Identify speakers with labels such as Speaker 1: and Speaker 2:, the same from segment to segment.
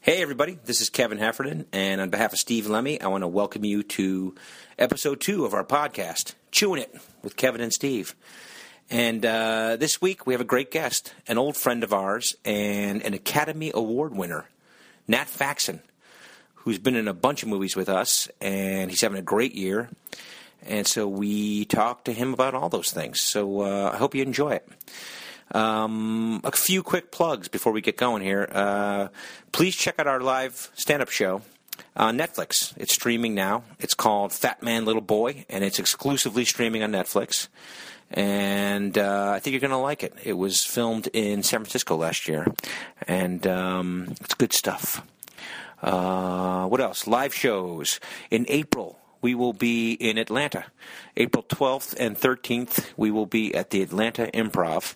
Speaker 1: Hey, everybody, this is Kevin Heffernan, and on behalf of Steve Lemmy, I want to welcome you to episode two of our podcast, Chewing It with Kevin and Steve. And uh, this week, we have a great guest, an old friend of ours, and an Academy Award winner, Nat Faxon, who's been in a bunch of movies with us, and he's having a great year. And so we talked to him about all those things. So uh, I hope you enjoy it. Um, a few quick plugs before we get going here. Uh, please check out our live stand up show on Netflix. It's streaming now. It's called Fat Man Little Boy, and it's exclusively streaming on Netflix. And uh, I think you're going to like it. It was filmed in San Francisco last year, and um, it's good stuff. Uh, what else? Live shows. In April, we will be in Atlanta. April 12th and 13th, we will be at the Atlanta Improv.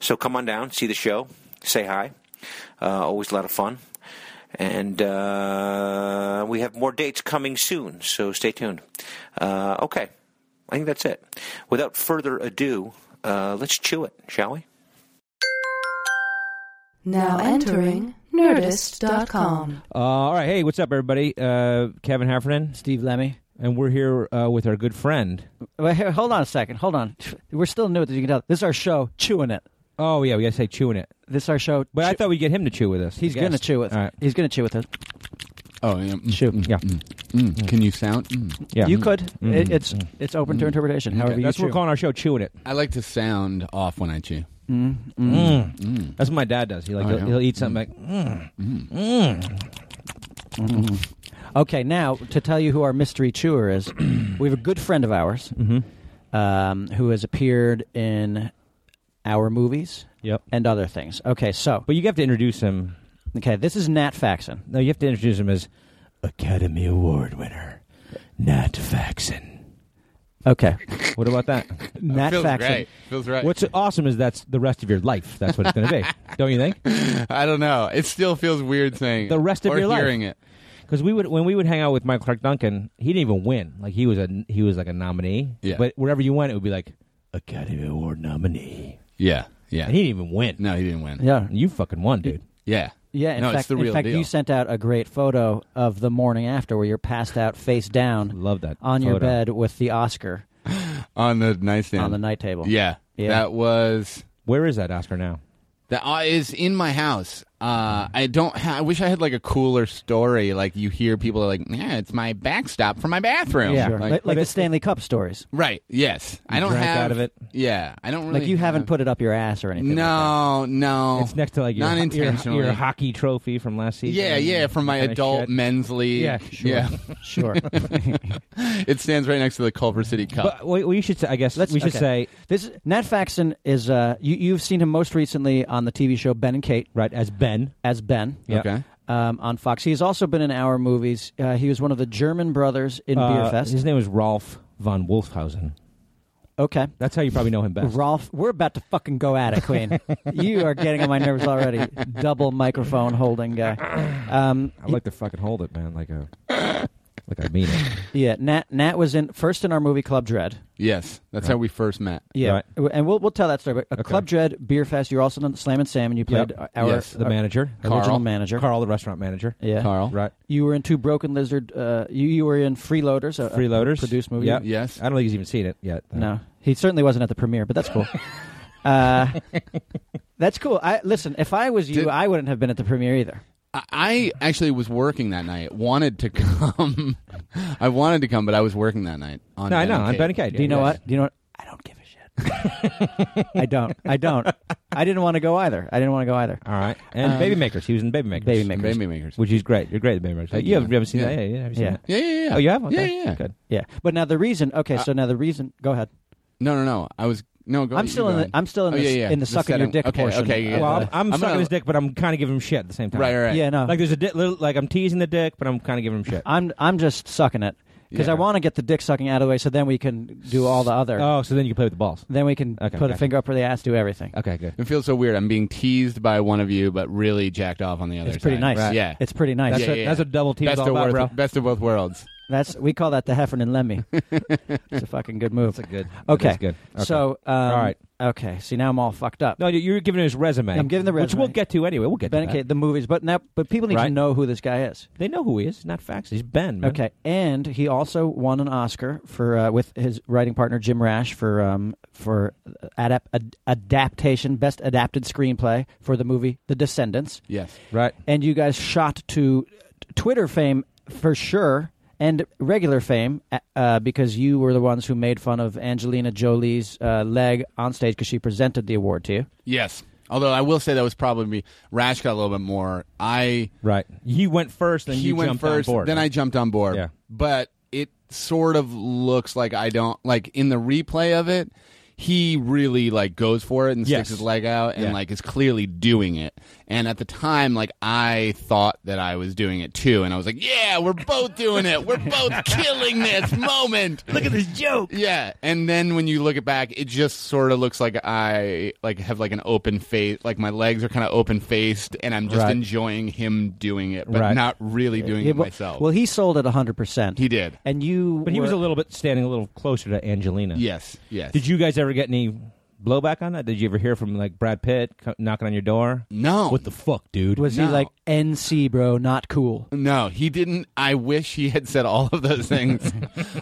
Speaker 1: So come on down, see the show, say hi. Uh, always a lot of fun. And uh, we have more dates coming soon, so stay tuned. Uh, okay, I think that's it. Without further ado, uh, let's chew it, shall we?
Speaker 2: Now entering Nerdist.com.
Speaker 3: Uh, all right, hey, what's up, everybody? Uh, Kevin Heffernan,
Speaker 4: Steve Lemmy.
Speaker 3: and we're here uh, with our good friend.
Speaker 4: Wait, hey, hold on a second. Hold on. We're still new at this. You can tell. This is our show, Chewing It.
Speaker 3: Oh yeah, we gotta say chewing it.
Speaker 4: This is our show.
Speaker 3: But I
Speaker 4: Chew-
Speaker 3: thought we'd get him to chew with us.
Speaker 4: he's going to chew with.
Speaker 3: All right.
Speaker 4: He's going to chew with us.
Speaker 5: Oh, yeah. Mm,
Speaker 4: Shoot.
Speaker 5: mm,
Speaker 3: Yeah.
Speaker 5: mm, mm. Can you sound? Mm.
Speaker 3: Yeah. Mm-hmm.
Speaker 4: You could. It, it's it's open to interpretation. However you
Speaker 3: That's what
Speaker 4: chew.
Speaker 3: we're calling our show, chewing it.
Speaker 5: I like to sound off when I chew.
Speaker 3: Mm. That's what my dad does. He like
Speaker 5: Oh,
Speaker 3: he'll,
Speaker 5: yeah.
Speaker 3: he'll eat
Speaker 4: Mm-hmm.
Speaker 3: something like. Mm. Mm.
Speaker 4: Okay, now to tell you who our mystery chewer is, we have a good friend of ours
Speaker 3: Mm-hmm.
Speaker 4: um, who has appeared in our movies
Speaker 3: Yep.
Speaker 4: and other things. Okay, so
Speaker 3: But you have to introduce him.
Speaker 4: okay, this is Nat Faxon.
Speaker 3: No, you have to introduce him as Academy Award winner Nat Faxon.
Speaker 4: Okay,
Speaker 3: What about that?
Speaker 4: Nat
Speaker 5: Feels
Speaker 4: Faxon.
Speaker 5: right. Feels right.
Speaker 3: What's awesome is that's the rest of your life. That's what it's going to be, don't you think?
Speaker 5: I don't know. It still feels weird saying
Speaker 3: The
Speaker 5: it
Speaker 3: rest of
Speaker 5: or
Speaker 3: your life.
Speaker 5: hearing it.
Speaker 3: Because we would when we would hang out with Mike Clark Duncan, he didn't even win. Like he was a he was like a nominee.
Speaker 5: Yeah.
Speaker 3: But wherever you went, it would be like Academy Award nominee,
Speaker 5: Yeah, yeah.
Speaker 3: and he didn't even win.
Speaker 5: no, he didn't win.
Speaker 4: Yeah,
Speaker 3: You fucking won, dude.
Speaker 5: yeah,
Speaker 4: Yeah, in
Speaker 5: no,
Speaker 4: fact,
Speaker 5: it's the real
Speaker 4: in fact,
Speaker 5: deal.
Speaker 4: you sent out a great photo of the morning after where you're passed out face down
Speaker 3: Love that
Speaker 4: on your
Speaker 3: photo.
Speaker 4: bed with the Oscar
Speaker 5: on the nightstand.
Speaker 4: on the night table.
Speaker 5: Yeah,
Speaker 4: Yeah.
Speaker 5: That was
Speaker 3: Where is that Oscar now?
Speaker 5: that uh, is in my house. Uh, I don't. Ha- I wish I had like a cooler story. Like you hear people are like, "Yeah, it's my backstop for my bathroom."
Speaker 4: Yeah,
Speaker 5: Like-
Speaker 4: like, like the Stanley Cup stories.
Speaker 5: right. Yes. I don't
Speaker 3: drank
Speaker 5: have
Speaker 3: out of it?
Speaker 5: Yeah, I don't really.
Speaker 4: like you haven't
Speaker 5: have-
Speaker 4: put it up your ass or anything. like
Speaker 5: No, no.
Speaker 3: It's next to like your,
Speaker 5: not
Speaker 3: your-
Speaker 5: intentionally.
Speaker 3: your, hockey trophy from last season.
Speaker 5: Yeah, yeah, from my
Speaker 3: Kinda
Speaker 5: adult
Speaker 3: shit.
Speaker 5: men's league.
Speaker 3: Yeah, sure.
Speaker 5: yeah.
Speaker 4: that. sure.
Speaker 5: it stands right next to the Culver City Cup.
Speaker 3: But we, we should say, I guess
Speaker 4: Let's-
Speaker 3: we should
Speaker 4: okay.
Speaker 3: say
Speaker 4: This is, Nat Faxon is uh, you, you've seen him most recently on the TV show Ben and Kate
Speaker 3: right as Ben.
Speaker 4: as Ben.
Speaker 3: Yeah.
Speaker 5: Okay.
Speaker 4: Um, on Fox, he's also been in our movies. Uh, he was one of the German brothers in
Speaker 3: Uh,
Speaker 4: Beer Fest.
Speaker 3: His name is Rolf von Wolfhausen.
Speaker 4: Okay,
Speaker 3: That's how you probably know him best.
Speaker 4: Rolf, we're about to fucking go at it, Queen. you are getting on my nerves already. Double microphone holding guy. Um,
Speaker 3: I like to fucking hold it, man. Like a like I mean it.
Speaker 4: yeah, Nat Nat was in first in our movie Club Dread.
Speaker 5: Yes, that's how we first met.
Speaker 4: Yeah,
Speaker 3: Right.
Speaker 4: and we'll we'll tell that story. But uh, Club Dread Beer Fest. You're also on Slam and Sam, and you played uh,
Speaker 3: Yep.
Speaker 4: our
Speaker 5: Yes,
Speaker 3: The
Speaker 4: our
Speaker 3: manager,
Speaker 4: original
Speaker 5: Carl.
Speaker 4: manager.
Speaker 3: Carl, the restaurant manager.
Speaker 4: Yeah,
Speaker 5: Carl.
Speaker 3: Right.
Speaker 4: You were in Two Broken Lizard. Uh, you you were in Freeloaders. A, a
Speaker 3: Freeloaders.
Speaker 4: produced movie.
Speaker 3: Yep.
Speaker 5: Yes.
Speaker 3: I don't think he's even seen it yet. though.
Speaker 4: No, he certainly wasn't at the premiere, but that's cool. uh, that's cool. I listen. If I was you,
Speaker 5: Did-
Speaker 4: I wouldn't have been at the premiere either.
Speaker 5: I- I actually was working that night. Wanted to come. I wanted to come, but I was working that night. On
Speaker 3: No, I
Speaker 5: Ben
Speaker 3: know.
Speaker 5: and
Speaker 3: I'm
Speaker 5: Kate.
Speaker 3: Ben and Kate.
Speaker 4: Do you know
Speaker 3: Yeah.
Speaker 4: what? Do you know what? I don't give a shit. I don't. I don't. I didn't want to go either. I didn't want to go either.
Speaker 3: All right. And Baby Makers. He was in Baby Makers.
Speaker 4: Um, Baby
Speaker 5: And
Speaker 4: Makers.
Speaker 5: Baby Makers.
Speaker 3: Which is great. You're great at Baby Makers.
Speaker 5: Thank
Speaker 3: you,
Speaker 5: you,
Speaker 3: haven't,
Speaker 5: man.
Speaker 3: you haven't seen
Speaker 5: Yeah.
Speaker 3: that? Yeah, yeah. Have you seen
Speaker 4: Yeah.
Speaker 3: that?
Speaker 5: yeah, yeah, yeah.
Speaker 3: Oh, you have? Okay.
Speaker 5: Yeah, yeah, yeah.
Speaker 3: Good.
Speaker 4: Yeah. But now the reason.
Speaker 3: Uh,
Speaker 4: Okay, so now the reason. Go ahead.
Speaker 5: No, no, no. I was no. Go
Speaker 4: I'm
Speaker 5: you
Speaker 4: still
Speaker 5: go
Speaker 4: in the-
Speaker 5: ahead.
Speaker 4: I'm still in
Speaker 5: oh,
Speaker 4: the-
Speaker 5: yeah, yeah.
Speaker 4: in the sucking your
Speaker 5: setting-
Speaker 4: dick
Speaker 5: okay,
Speaker 4: portion.
Speaker 5: Okay. Yeah.
Speaker 3: Well, I'm, I'm,
Speaker 5: I'm
Speaker 3: sucking
Speaker 5: gonna-
Speaker 3: his dick, but I'm kind of giving him shit at the same time.
Speaker 5: Right, right.
Speaker 4: Yeah. No.
Speaker 3: Like there's a di- little, like I'm teasing the dick, but I'm kind of giving him shit.
Speaker 4: I'm I'm just sucking it because
Speaker 5: Yeah.
Speaker 4: I want to get the dick sucking out of the way, so then we can do all the other.
Speaker 3: oh, so then you can play with the balls.
Speaker 4: then we can
Speaker 3: Okay,
Speaker 4: put a
Speaker 3: gotcha.
Speaker 4: finger up for the ass, do everything.
Speaker 3: Okay, good.
Speaker 5: It feels so weird. I'm being teased by one of you, but really jacked off on the other.
Speaker 4: It's pretty
Speaker 5: side.
Speaker 4: nice.
Speaker 5: Yeah.
Speaker 4: It's pretty nice.
Speaker 3: That's,
Speaker 5: Yeah,
Speaker 3: what,
Speaker 5: yeah,
Speaker 3: that's
Speaker 5: yeah.
Speaker 3: what double team is
Speaker 5: best
Speaker 3: all
Speaker 5: of
Speaker 3: about,
Speaker 5: both-
Speaker 3: bro.
Speaker 5: best of both worlds.
Speaker 4: That's we call that the Heffernan Lemmy. it's a fucking good move.
Speaker 3: That's a good.
Speaker 4: Okay.
Speaker 3: That's good. Okay.
Speaker 4: So um,
Speaker 3: All right.
Speaker 4: Okay. See now I'm all fucked up.
Speaker 3: no, you- you're giving his resume.
Speaker 4: I'm giving the
Speaker 3: which we'll
Speaker 4: resume.
Speaker 3: get to anyway. We'll get
Speaker 4: Ben
Speaker 3: to that.
Speaker 4: Kate, the movies, but now but people need to
Speaker 3: Right.
Speaker 4: know who this guy is.
Speaker 3: They know who he is. Not facts. He's Ben. Man.
Speaker 4: Okay, and he also won an Oscar for uh, with his writing partner Jim Rash for um, for adapt ad- adaptation, best adapted screenplay for the movie The Descendants.
Speaker 5: Yes.
Speaker 3: Right.
Speaker 4: And you guys shot to Twitter fame for sure and regular fame uh, uh, because you were the ones who made fun of Angelina Jolie's uh, leg on stage because she presented the award to you.
Speaker 5: Yes. Although I will say that was probably me. Rash got a little bit more. I
Speaker 3: Right. He went first, and
Speaker 5: he
Speaker 3: you
Speaker 5: went
Speaker 3: jumped
Speaker 5: first,
Speaker 3: on board.
Speaker 5: then I jumped on board.
Speaker 3: Yeah.
Speaker 5: But it sort of looks like I don't like in the replay of it. He really like goes for it and
Speaker 3: Yes.
Speaker 5: sticks his leg out and
Speaker 3: Yeah.
Speaker 5: like is clearly doing it. And at the time, like I thought that I was doing it too, and I was like, "Yeah, we're both doing it. We're both killing this moment."
Speaker 3: look at this joke.
Speaker 5: Yeah, and then when you look it back, it just sort of looks like I like have like an open face, like my legs are kind of open faced, and I'm just
Speaker 3: Right.
Speaker 5: enjoying him doing it, but
Speaker 3: Right.
Speaker 5: not really doing
Speaker 4: Yeah,
Speaker 5: it
Speaker 4: well,
Speaker 5: myself.
Speaker 4: Well, he sold it 100%.
Speaker 5: he did.
Speaker 4: and you
Speaker 3: But he was
Speaker 4: were-
Speaker 3: a little bit standing a little closer to Angelina.
Speaker 5: Yes, yes.
Speaker 3: Did you guys ever get any blowback on that? Did you ever hear from like Brad Pitt co- knocking on your door?
Speaker 5: No,
Speaker 3: What the fuck, dude?
Speaker 4: was he
Speaker 5: No.
Speaker 4: like NC bro, not cool.
Speaker 5: no, he didn't. I wish he had said all of those things,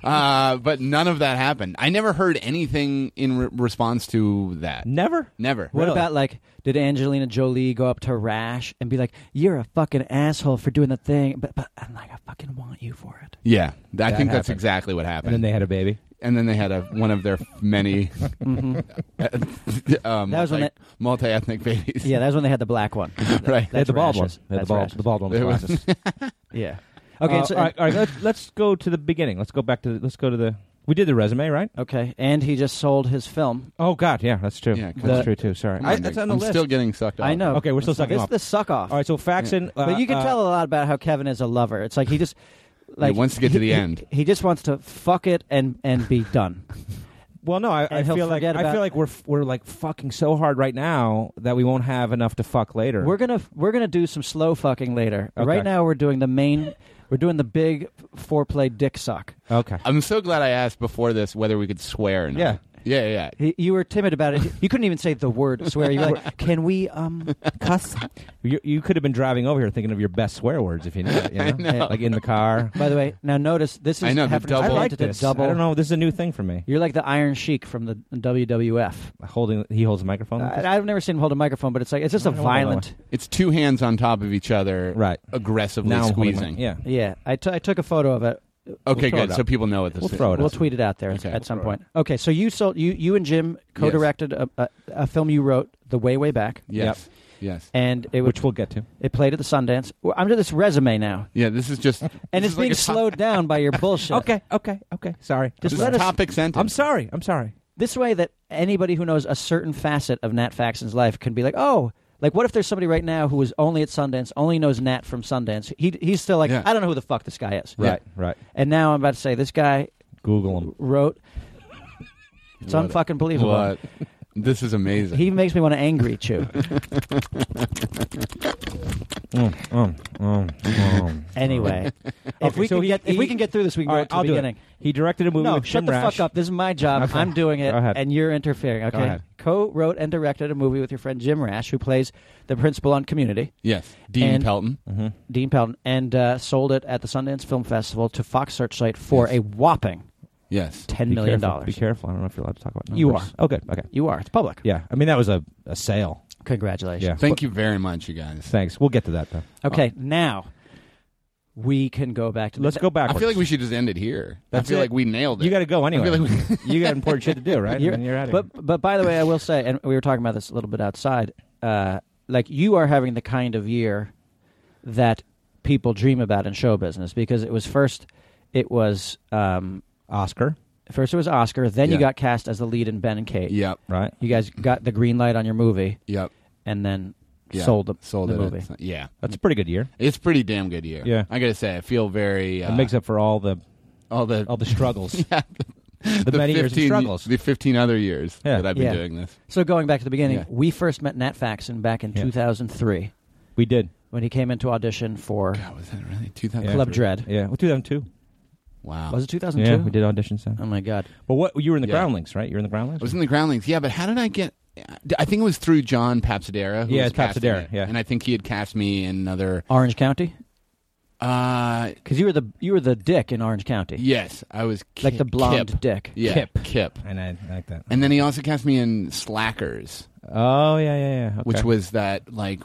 Speaker 5: uh, but none of that happened. I never heard anything in re- response to that.
Speaker 3: never?
Speaker 5: Never.
Speaker 4: What about like did Angelina Jolie go up to Rash and be like, "You're a fucking asshole for doing the thing, but but I'm like I fucking want you for it."
Speaker 5: Yeah, I think that's
Speaker 3: happened.
Speaker 5: exactly what happened.
Speaker 3: And then they had a baby.
Speaker 5: and then they had a, one of their many
Speaker 3: Mm-hmm.
Speaker 5: Uh, um,
Speaker 4: That was when
Speaker 5: like, multi-ethnic babies.
Speaker 4: Yeah, that's when they had the black one.
Speaker 5: right.
Speaker 3: They had the bald one.
Speaker 4: rashes.
Speaker 3: They had
Speaker 4: That's
Speaker 3: the bald,
Speaker 4: rashes.
Speaker 3: the bald one. Was
Speaker 5: There was-
Speaker 3: glasses.
Speaker 4: Yeah. Okay.
Speaker 3: Uh,
Speaker 4: so,
Speaker 3: all right, all right, let's, let's go to the beginning. Let's go back to the, let's go to the we did the resume right.
Speaker 4: Okay, and he just sold his film.
Speaker 3: Oh God, yeah, that's true.
Speaker 5: Yeah,
Speaker 3: that's
Speaker 5: the-
Speaker 3: true too. Sorry,
Speaker 5: Come
Speaker 3: I,
Speaker 5: on,
Speaker 3: that's
Speaker 5: Nick.
Speaker 3: on the
Speaker 5: I'm
Speaker 3: list.
Speaker 5: still getting sucked off.
Speaker 4: I know.
Speaker 3: Okay, we're still sucking
Speaker 4: this
Speaker 3: off.
Speaker 4: This is the suck off.
Speaker 3: All right, so Faxon, uh,
Speaker 4: but you can
Speaker 3: uh,
Speaker 4: tell a lot about how Kevin is a lover. It's like he just like
Speaker 5: wants to get to the
Speaker 4: he- he-
Speaker 5: end.
Speaker 4: He, just wants to fuck it and and be done.
Speaker 3: Well, no, I, I
Speaker 4: and he'll
Speaker 3: feel like
Speaker 4: forget
Speaker 3: I
Speaker 4: about-
Speaker 3: feel like we're f- we're like fucking so hard right now that we won't have enough to fuck later.
Speaker 4: We're gonna we're gonna do some slow fucking later.
Speaker 3: Okay.
Speaker 4: Right now we're doing the main we're doing the big foreplay dick suck.
Speaker 3: okay.
Speaker 5: I'm so glad I asked before this whether we could swear or not.
Speaker 3: Yeah.
Speaker 5: Yeah, yeah. yeah.
Speaker 4: Y- You were timid about it. You couldn't even say the word swear. You're like, can we um cuss?
Speaker 3: You, you could have been driving over here thinking of your best swear words if you knew it. You know? Like in the car.
Speaker 4: By the way, now notice this is
Speaker 5: I know, the
Speaker 4: Heffernan
Speaker 5: double-
Speaker 3: I
Speaker 5: Well,
Speaker 3: like
Speaker 4: invented a
Speaker 3: this.
Speaker 4: double.
Speaker 3: I don't know. This is a new thing for me.
Speaker 4: You're like the Iron Sheik from the WWF.
Speaker 3: Holding, he holds a microphone. like this?
Speaker 4: I, I've never seen him hold a microphone, but it's like it's just a
Speaker 3: don't know about that
Speaker 4: violent.
Speaker 5: It's two hands on top of each other,
Speaker 3: Right.
Speaker 5: Aggressively
Speaker 3: now I'm holding
Speaker 5: squeezing.
Speaker 3: my- yeah.
Speaker 4: Yeah, I, t- I took a photo of it.
Speaker 5: Okay,
Speaker 3: We'll throw it
Speaker 5: good. So
Speaker 3: up.
Speaker 5: people know what this
Speaker 3: We'll
Speaker 5: is.
Speaker 3: throw it
Speaker 4: We'll
Speaker 3: up.
Speaker 4: tweet it out there
Speaker 5: Okay.
Speaker 4: at some point. Okay, so you sold you you and Jim co-directed a, a, a film you wrote the way way back,
Speaker 5: Yes. Yes.
Speaker 4: and it was,
Speaker 3: Which we'll get to.
Speaker 4: it played at the Sundance. Well, I'm doing this resume now,
Speaker 5: Yeah. This is just.
Speaker 4: and
Speaker 5: this
Speaker 4: it's
Speaker 5: is like
Speaker 4: being
Speaker 5: a top-
Speaker 4: slowed down by your bullshit.
Speaker 3: Okay, okay, okay. Sorry.
Speaker 5: This
Speaker 4: Just
Speaker 5: is
Speaker 4: let
Speaker 5: a
Speaker 4: us-
Speaker 5: topic sentence.
Speaker 3: I'm sorry. I'm sorry.
Speaker 4: this way that anybody who knows a certain facet of Nat Faxon's life can be like, oh, like what if there's somebody right now who was only at Sundance, only knows Nat from Sundance. He he's still like,
Speaker 5: Yeah.
Speaker 4: I don't know who the fuck this guy is.
Speaker 3: Right, right.
Speaker 4: And now I'm about to say this guy
Speaker 3: Google him.
Speaker 4: wrote. It's
Speaker 5: What?
Speaker 4: unfucking believable.
Speaker 5: What? This is amazing.
Speaker 4: He makes me want to angry chew. Anyway, if
Speaker 3: Okay,
Speaker 4: we
Speaker 3: so
Speaker 4: can
Speaker 3: he-
Speaker 4: get if we
Speaker 3: he-
Speaker 4: can get through this, we can
Speaker 3: All
Speaker 4: go
Speaker 3: right,
Speaker 4: to
Speaker 3: I'll
Speaker 4: the
Speaker 3: do
Speaker 4: beginning.
Speaker 3: it. He directed a movie
Speaker 4: No,
Speaker 3: with
Speaker 4: shut
Speaker 3: Jim
Speaker 4: the
Speaker 3: Rash.
Speaker 4: fuck up. This is my job.
Speaker 3: Okay.
Speaker 4: I'm doing it,
Speaker 3: Go ahead.
Speaker 4: and you're interfering. Okay.
Speaker 3: ahead.
Speaker 4: Co-wrote and directed a movie with your friend Jim Rash, who plays the principal on Community,
Speaker 5: yes. Dean
Speaker 4: And-
Speaker 5: Pelton.
Speaker 4: Dean Pelton, and uh, sold it at the Sundance Film Festival to Fox Searchlight for a whopping
Speaker 5: Yes.
Speaker 4: ten
Speaker 3: Be
Speaker 4: million
Speaker 3: careful, Be
Speaker 4: dollars.
Speaker 3: careful. I don't know if you're allowed to talk about numbers.
Speaker 4: You are.
Speaker 3: Oh, good. Okay.
Speaker 4: You are. It's public.
Speaker 3: Yeah. I mean, that was a, a sale.
Speaker 4: Congratulations.
Speaker 3: Yeah.
Speaker 5: Thank you very much, you guys.
Speaker 3: Thanks. We'll get to that, though.
Speaker 4: Okay. Now we can go back to
Speaker 3: Let's
Speaker 4: the,
Speaker 3: go back.
Speaker 5: I feel like we should just end it here. I
Speaker 3: That's
Speaker 5: feel
Speaker 3: it.
Speaker 5: like we nailed it.
Speaker 3: You got to go anyway.
Speaker 5: like
Speaker 3: you got important shit to do, right?
Speaker 4: You're-
Speaker 3: and you're out of here.
Speaker 4: But but by the way, I will say, and we were talking about this a little bit outside. Uh, like you are having the kind of year that people dream about in show business because it was first, it was um,
Speaker 3: Oscar,
Speaker 4: first it was Oscar, then you
Speaker 5: Yeah.
Speaker 4: got cast as the lead in Ben and Kate.
Speaker 5: Yep.
Speaker 3: right?
Speaker 4: you guys got the green light on your movie,
Speaker 5: Yep.
Speaker 4: and then
Speaker 5: Yeah.
Speaker 4: sold the
Speaker 5: Sold
Speaker 4: the
Speaker 5: it.
Speaker 4: movie.
Speaker 5: It's- Yeah.
Speaker 3: That's a pretty good year.
Speaker 5: It's pretty damn good year.
Speaker 3: Yeah.
Speaker 5: I gotta say, I feel very. Uh,
Speaker 3: it makes up for all the
Speaker 5: all the
Speaker 3: all the struggles,
Speaker 5: yeah,
Speaker 3: the, many years of
Speaker 5: 15
Speaker 3: struggles.
Speaker 5: the fifteen other years
Speaker 3: Yeah.
Speaker 5: that I've been
Speaker 4: Yeah.
Speaker 5: doing this.
Speaker 4: So going back to the beginning,
Speaker 5: Yeah.
Speaker 4: we first met Nat Faxon back in
Speaker 3: Yeah.
Speaker 4: 2003
Speaker 3: we did.
Speaker 4: when he came in to audition for
Speaker 5: God, was that really two thousand?
Speaker 3: Yeah.
Speaker 4: Club Dread.
Speaker 3: Yeah, well, 2002.
Speaker 5: Wow.
Speaker 4: Was it 2002?
Speaker 3: Yeah, we did audition sound.
Speaker 4: Oh my god.
Speaker 3: But what you were in the
Speaker 5: Yeah.
Speaker 3: Groundlings, right? You were in the Groundlings.
Speaker 5: I was in the Groundlings. Yeah, but how did I get? I think it was through John Papsadera. Who
Speaker 3: Yeah,
Speaker 5: was
Speaker 3: it's
Speaker 5: casting
Speaker 3: Papsidera,
Speaker 5: it.
Speaker 3: yeah.
Speaker 5: and I think he had cast me in another.
Speaker 4: Orange County?
Speaker 5: Uh,
Speaker 4: Cuz you were the you were the dick in Orange County.
Speaker 5: yes, I was Ki-
Speaker 4: Like the blonde
Speaker 5: Kip.
Speaker 4: dick.
Speaker 5: Yeah,
Speaker 3: Kip.
Speaker 5: Kip.
Speaker 3: and I like that.
Speaker 5: And then he also cast me in Slackers,
Speaker 3: oh yeah, yeah, yeah. Okay.
Speaker 5: which was that like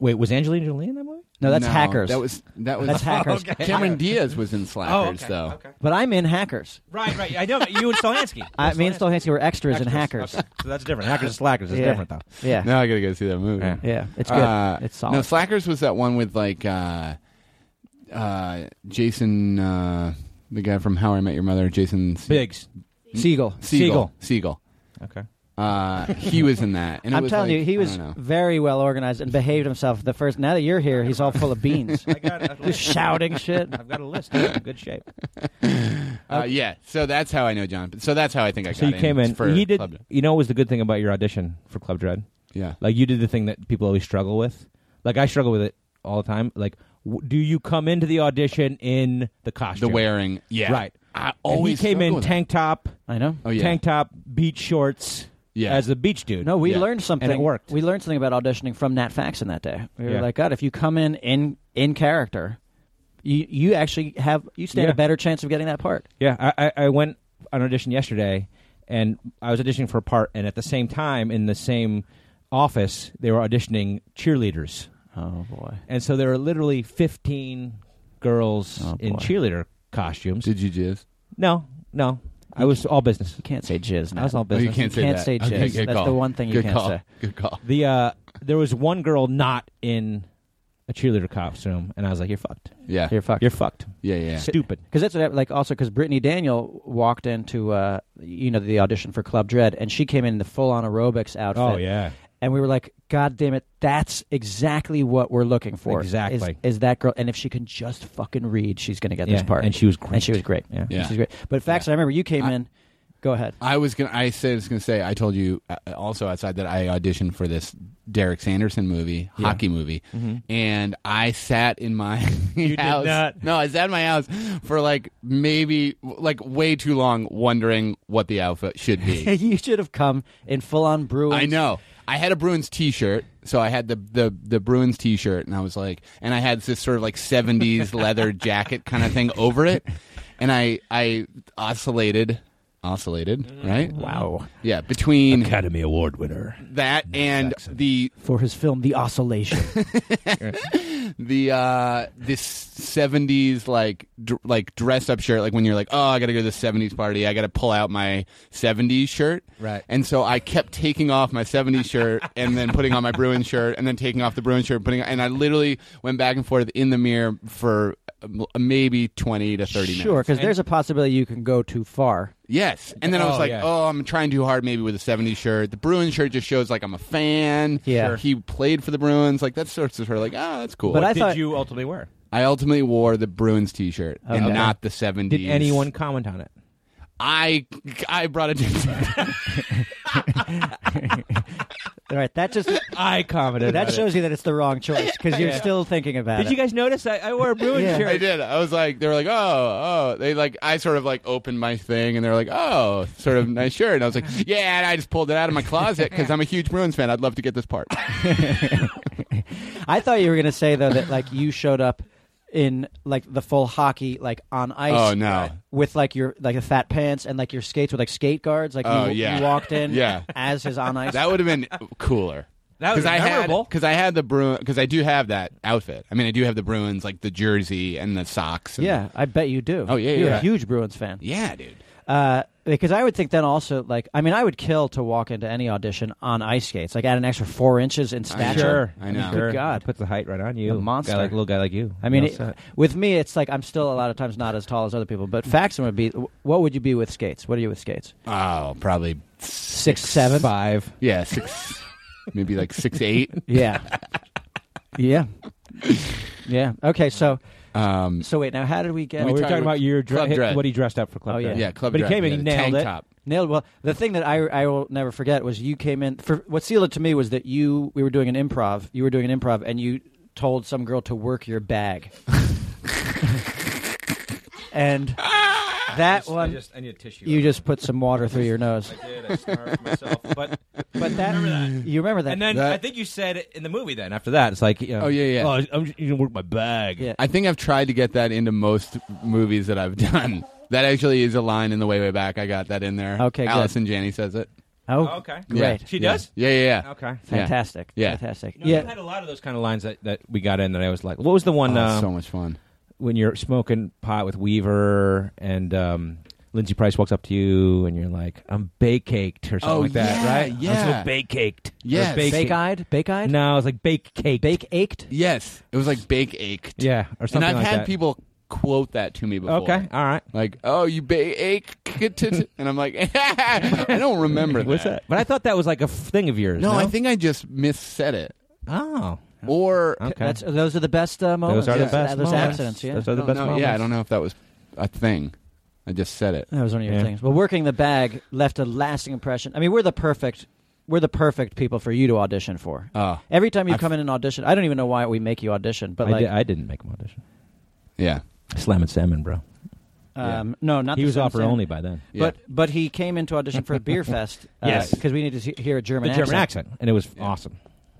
Speaker 3: wait was Angelina Jolie in that movie?
Speaker 4: No, that's
Speaker 5: no,
Speaker 4: hackers.
Speaker 5: That was that was
Speaker 4: That's hackers.
Speaker 5: Cameron Diaz was in Slackers though.
Speaker 4: But I'm in hackers.
Speaker 3: Right, right. I know you and Stolansky.
Speaker 4: I, me and Stolhansky were extras, in hackers.
Speaker 3: So that's different. Hackers and slackers is
Speaker 4: Yeah.
Speaker 3: different though.
Speaker 4: Yeah.
Speaker 5: Now I gotta go see that movie.
Speaker 3: Yeah.
Speaker 4: Yeah, it's good.
Speaker 5: Uh,
Speaker 4: it's
Speaker 5: No,
Speaker 4: solid.
Speaker 5: Slackers was that one with like uh, uh, Jason, uh, the guy from How I Met Your Mother, Jason Se-
Speaker 3: Biggs.
Speaker 4: Siegel.
Speaker 5: Siegel. Siegel.
Speaker 3: Okay.
Speaker 5: Uh, he was in that. And it
Speaker 4: I'm
Speaker 5: was
Speaker 4: telling
Speaker 5: like-
Speaker 4: you, he
Speaker 5: I
Speaker 4: was
Speaker 5: don't know.
Speaker 4: very well organized and behaved himself. The first now that you're here, he's all full of beans,
Speaker 3: I got a
Speaker 4: just shouting shit.
Speaker 3: I've got a list. I'm in good shape.
Speaker 5: Uh, yeah, so that's how I know John. So that's how I think I
Speaker 3: So
Speaker 5: got
Speaker 3: you came in.
Speaker 5: for
Speaker 3: he did.
Speaker 5: Club Dread.
Speaker 3: You know, what was the good thing about your audition for Club Dread?
Speaker 5: Yeah.
Speaker 3: Like you did the thing that people always struggle with. Like I struggle with it all the time. Like, w- do you come into the audition in the
Speaker 5: The
Speaker 3: costume?
Speaker 5: wearing. Yeah.
Speaker 3: Right.
Speaker 5: I
Speaker 3: And
Speaker 5: always
Speaker 3: he came
Speaker 5: struggle
Speaker 3: in
Speaker 5: with
Speaker 3: tank top,
Speaker 4: I know.
Speaker 5: that. Oh, yeah.
Speaker 3: tank top, beach shorts.
Speaker 5: Yeah.
Speaker 3: As a beach dude.
Speaker 4: No, we
Speaker 5: Yeah.
Speaker 4: learned something.
Speaker 3: And it worked.
Speaker 4: We learned something about auditioning from Nat Faxon that day. We were
Speaker 3: Yeah.
Speaker 4: like, God, if you come in in in character, you you actually have you stand
Speaker 3: Yeah.
Speaker 4: a better chance of getting that part.
Speaker 3: Yeah, I, I, I went on audition yesterday, and I was auditioning for a part, and at the same time, in the same office, they were auditioning cheerleaders,
Speaker 4: Oh boy.
Speaker 3: and so there were literally fifteen girls
Speaker 4: Oh,
Speaker 3: in
Speaker 4: boy.
Speaker 3: cheerleader costumes.
Speaker 5: Did you jizz?
Speaker 3: no, no, I was all business.
Speaker 4: You can't say jizz
Speaker 3: I
Speaker 4: now.
Speaker 3: was all
Speaker 5: Oh,
Speaker 3: business.
Speaker 5: you can't say
Speaker 4: can't
Speaker 5: that.
Speaker 4: say
Speaker 5: Okay,
Speaker 4: jizz.
Speaker 5: good
Speaker 4: That's
Speaker 5: call.
Speaker 4: the one thing you
Speaker 5: Good
Speaker 4: can't
Speaker 5: call.
Speaker 4: say.
Speaker 5: Good call.
Speaker 3: The uh, there was one girl not in a cheerleader costume, and I was like, "You're fucked.
Speaker 5: Yeah.
Speaker 4: You're fucked.
Speaker 3: You're fucked.
Speaker 5: Yeah, yeah.
Speaker 3: Stupid."
Speaker 4: Because that's what happened. Like also because Brittany Daniel walked into uh, you know the audition for Club Dread and she came in the full on aerobics outfit.
Speaker 3: Oh yeah,
Speaker 4: And we were like, God damn it, that's exactly what we're looking for. is-
Speaker 3: Exactly.
Speaker 4: Is, that girl? And if she can just fucking read, she's gonna get this
Speaker 3: Yeah,
Speaker 4: part.
Speaker 3: and she was great.
Speaker 4: And she was great.
Speaker 3: Yeah.
Speaker 5: Yeah.
Speaker 4: she's great. But facts, I remember you came
Speaker 5: I-
Speaker 4: in. Go ahead.
Speaker 5: I was gonna. I said I was gonna say. I told you uh, also outside that I auditioned for this Derek Sanderson movie, hockey movie,
Speaker 4: Mm-hmm.
Speaker 5: and I sat in my
Speaker 3: did
Speaker 5: house.
Speaker 3: not.
Speaker 5: No, I sat in my house for like maybe like way too long, wondering what the outfit should be.
Speaker 4: you should have come in full on Bruins.
Speaker 5: I know. I had a Bruins T-shirt, so I had the, the the Bruins T-shirt, and I was like, and I had this sort of like '70s leather jacket kind of thing over it, and I I oscillated, oscillated, right?
Speaker 4: Wow.
Speaker 5: Yeah, between
Speaker 3: Mm. Academy Award winner.
Speaker 5: that and the
Speaker 4: For his film, The Oscillation.
Speaker 5: the uh this 70s like dr- like dress up shirt like when you're like oh i gotta go to the 70s party i gotta pull out my 70s shirt
Speaker 3: Right.
Speaker 5: and so i kept taking off my 70s shirt and then putting on my bruin shirt and then taking off the bruin shirt and putting and i literally went back and forth in the mirror for um, maybe 20 to 30 minutes
Speaker 4: sure, because there's a possibility you can go too far.
Speaker 5: yes and then i was
Speaker 3: Oh,
Speaker 5: like
Speaker 3: yeah.
Speaker 5: oh i'm trying too hard maybe with a 70s shirt the bruin shirt just shows like i'm a fan
Speaker 4: Yeah. Sure.
Speaker 5: he played for the bruins like that sorts of sort of like ah that's cool
Speaker 4: But I
Speaker 3: Did
Speaker 4: thought-
Speaker 3: you ultimately wear?
Speaker 5: I ultimately wore the Bruins T-shirt and
Speaker 4: Okay.
Speaker 5: not the '70s.
Speaker 3: Did anyone comment on it?
Speaker 5: I I brought it.
Speaker 4: All right, that just
Speaker 3: I commented.
Speaker 4: that shows you that it's the wrong choice because you're still thinking about
Speaker 3: Did
Speaker 4: it.
Speaker 3: you guys notice I, I wore a Bruins
Speaker 4: Yeah.
Speaker 5: I
Speaker 3: shirt?
Speaker 5: did. I was like, they were like, oh, oh. They like, I sort of like opened my thing, and they were like, oh, sort of nice shirt. And I was like, yeah. And I just pulled it out of my closet because I'm a huge Bruins fan. I'd love to get this part.
Speaker 4: I thought you were gonna say though that like you showed up in like the full hockey like on ice.
Speaker 5: Oh, no.
Speaker 4: With like your like the fat pants and like your skates with like skate guards. Like
Speaker 5: Oh,
Speaker 4: you,
Speaker 5: yeah.
Speaker 4: you walked in
Speaker 5: Yeah.
Speaker 4: as his on ice.
Speaker 5: That would have been cooler.
Speaker 3: That would've
Speaker 5: I
Speaker 3: been
Speaker 5: had
Speaker 3: memorable.
Speaker 5: because I had the Bruin because I do have that outfit. I mean, I do have the Bruins like the jersey and the socks. And
Speaker 4: yeah, I bet you do.
Speaker 5: Oh, yeah,
Speaker 4: you're
Speaker 5: yeah.
Speaker 4: a huge Bruins fan.
Speaker 5: yeah, dude.
Speaker 4: Uh, because I would think then also like I mean I would kill to walk into any audition on ice skates like add an extra four inches in stature.
Speaker 3: Sure,
Speaker 5: I know.
Speaker 4: Good God.
Speaker 3: puts the height right on you.
Speaker 4: A monster.
Speaker 3: guy like little guy like you.
Speaker 4: I mean,
Speaker 3: You
Speaker 4: it-
Speaker 3: know, so-
Speaker 4: with me, it's like I'm still a lot of times not as tall as other people. But Faxon would be. What would you be with skates? What are you with skates?
Speaker 5: Oh, probably
Speaker 4: Six seven.
Speaker 3: five.
Speaker 5: yeah, six, maybe like six eight.
Speaker 4: Yeah. yeah. Yeah. Okay. So
Speaker 5: Um,
Speaker 4: so wait. Now, how did we get?
Speaker 3: we were
Speaker 5: tried
Speaker 3: talking
Speaker 5: with
Speaker 3: about your dre-
Speaker 5: Club Dread.
Speaker 3: what he dressed up for Club
Speaker 4: Oh, yeah.
Speaker 3: Dread.
Speaker 5: Yeah, club.
Speaker 3: but
Speaker 5: Dread.
Speaker 3: he came in,
Speaker 5: Yeah,
Speaker 3: he
Speaker 5: the
Speaker 3: nailed
Speaker 5: tank
Speaker 3: it.
Speaker 5: Top.
Speaker 4: Nailed. Well, the thing that I I will never forget was you came in for what sealed it to me was that you we were doing an improv. You were doing an improv, and you told some girl to work your bag. and That one,
Speaker 3: I just I need a tissue.
Speaker 4: you just put some water through your nose.
Speaker 3: I did. I starved myself. But
Speaker 4: But that, you remember that?
Speaker 3: and then
Speaker 5: That-
Speaker 3: I think you said in the movie. Then after that, it's like you know,
Speaker 5: Oh, yeah, yeah.
Speaker 3: Oh, I'm just, you know, work my bag.
Speaker 4: Yeah.
Speaker 5: I think I've tried to get that into most movies that I've done. That actually is a line in the way way back. I got that in there.
Speaker 4: Okay, good.
Speaker 5: Allison Janney says it.
Speaker 4: oh,
Speaker 3: Okay.
Speaker 4: great,
Speaker 3: She
Speaker 5: Yeah.
Speaker 3: does.
Speaker 5: Yeah, yeah, yeah.
Speaker 3: Okay.
Speaker 5: Yeah.
Speaker 4: fantastic,
Speaker 5: Yeah.
Speaker 4: fantastic.
Speaker 3: You know,
Speaker 4: yeah,
Speaker 3: You had a lot of those kind of lines that, that we got in that I was like, what was the one
Speaker 5: Oh,
Speaker 3: um,
Speaker 5: so much fun.
Speaker 3: when you're smoking pot with Weaver and um, Lindsay Price walks up to you and you're like, I'm bake caked or something
Speaker 5: Oh,
Speaker 3: like that,
Speaker 5: yeah,
Speaker 3: right? I'm
Speaker 5: yeah.
Speaker 3: so bake caked.
Speaker 5: Yes.
Speaker 4: bake eyed, bake eyed,
Speaker 3: No, it was like bake caked.
Speaker 4: bake ached.
Speaker 5: Yes, it was like bake ached.
Speaker 3: Yeah, or
Speaker 5: and
Speaker 3: something
Speaker 5: I've
Speaker 3: like
Speaker 5: had
Speaker 3: that.
Speaker 5: people quote that to me before.
Speaker 3: Okay, all right.
Speaker 5: Like, oh, you bake ached, and I'm like, I don't remember
Speaker 3: What's that? But I thought that was like a f- thing of yours.
Speaker 5: No,
Speaker 3: No,
Speaker 5: I think I just missaid it.
Speaker 3: Oh,
Speaker 5: Or
Speaker 3: okay.
Speaker 4: That's those are the best uh, moments.
Speaker 3: those are the
Speaker 4: Yeah.
Speaker 3: best.
Speaker 4: Those
Speaker 3: moments.
Speaker 4: accidents. Yeah,
Speaker 3: Those are the
Speaker 5: I don't
Speaker 3: best.
Speaker 5: know-
Speaker 3: moments.
Speaker 5: Oh, yeah, I don't know if that was a thing. I just said it.
Speaker 3: Uh,
Speaker 4: That was one of your
Speaker 3: Yeah.
Speaker 4: things. Well, working the bag left a lasting impression. I mean, we're the perfect, we're the perfect people for you to audition for.
Speaker 5: Oh,
Speaker 4: Every time you
Speaker 5: I f-
Speaker 4: come in and audition, I don't even know why we make you audition, but
Speaker 3: Ah. I,
Speaker 4: like,
Speaker 3: did, I didn't make him audition.
Speaker 5: yeah.
Speaker 3: Slam and salmon, bro.
Speaker 4: um, no, not
Speaker 3: He
Speaker 4: the
Speaker 3: was
Speaker 4: Sam
Speaker 3: offer
Speaker 4: Sam.
Speaker 3: only by then.
Speaker 5: Yeah.
Speaker 4: But but he came into audition for a beer fest.
Speaker 3: Yes.
Speaker 4: because we needed to he- hear a German
Speaker 3: the German accent, and it was awesome.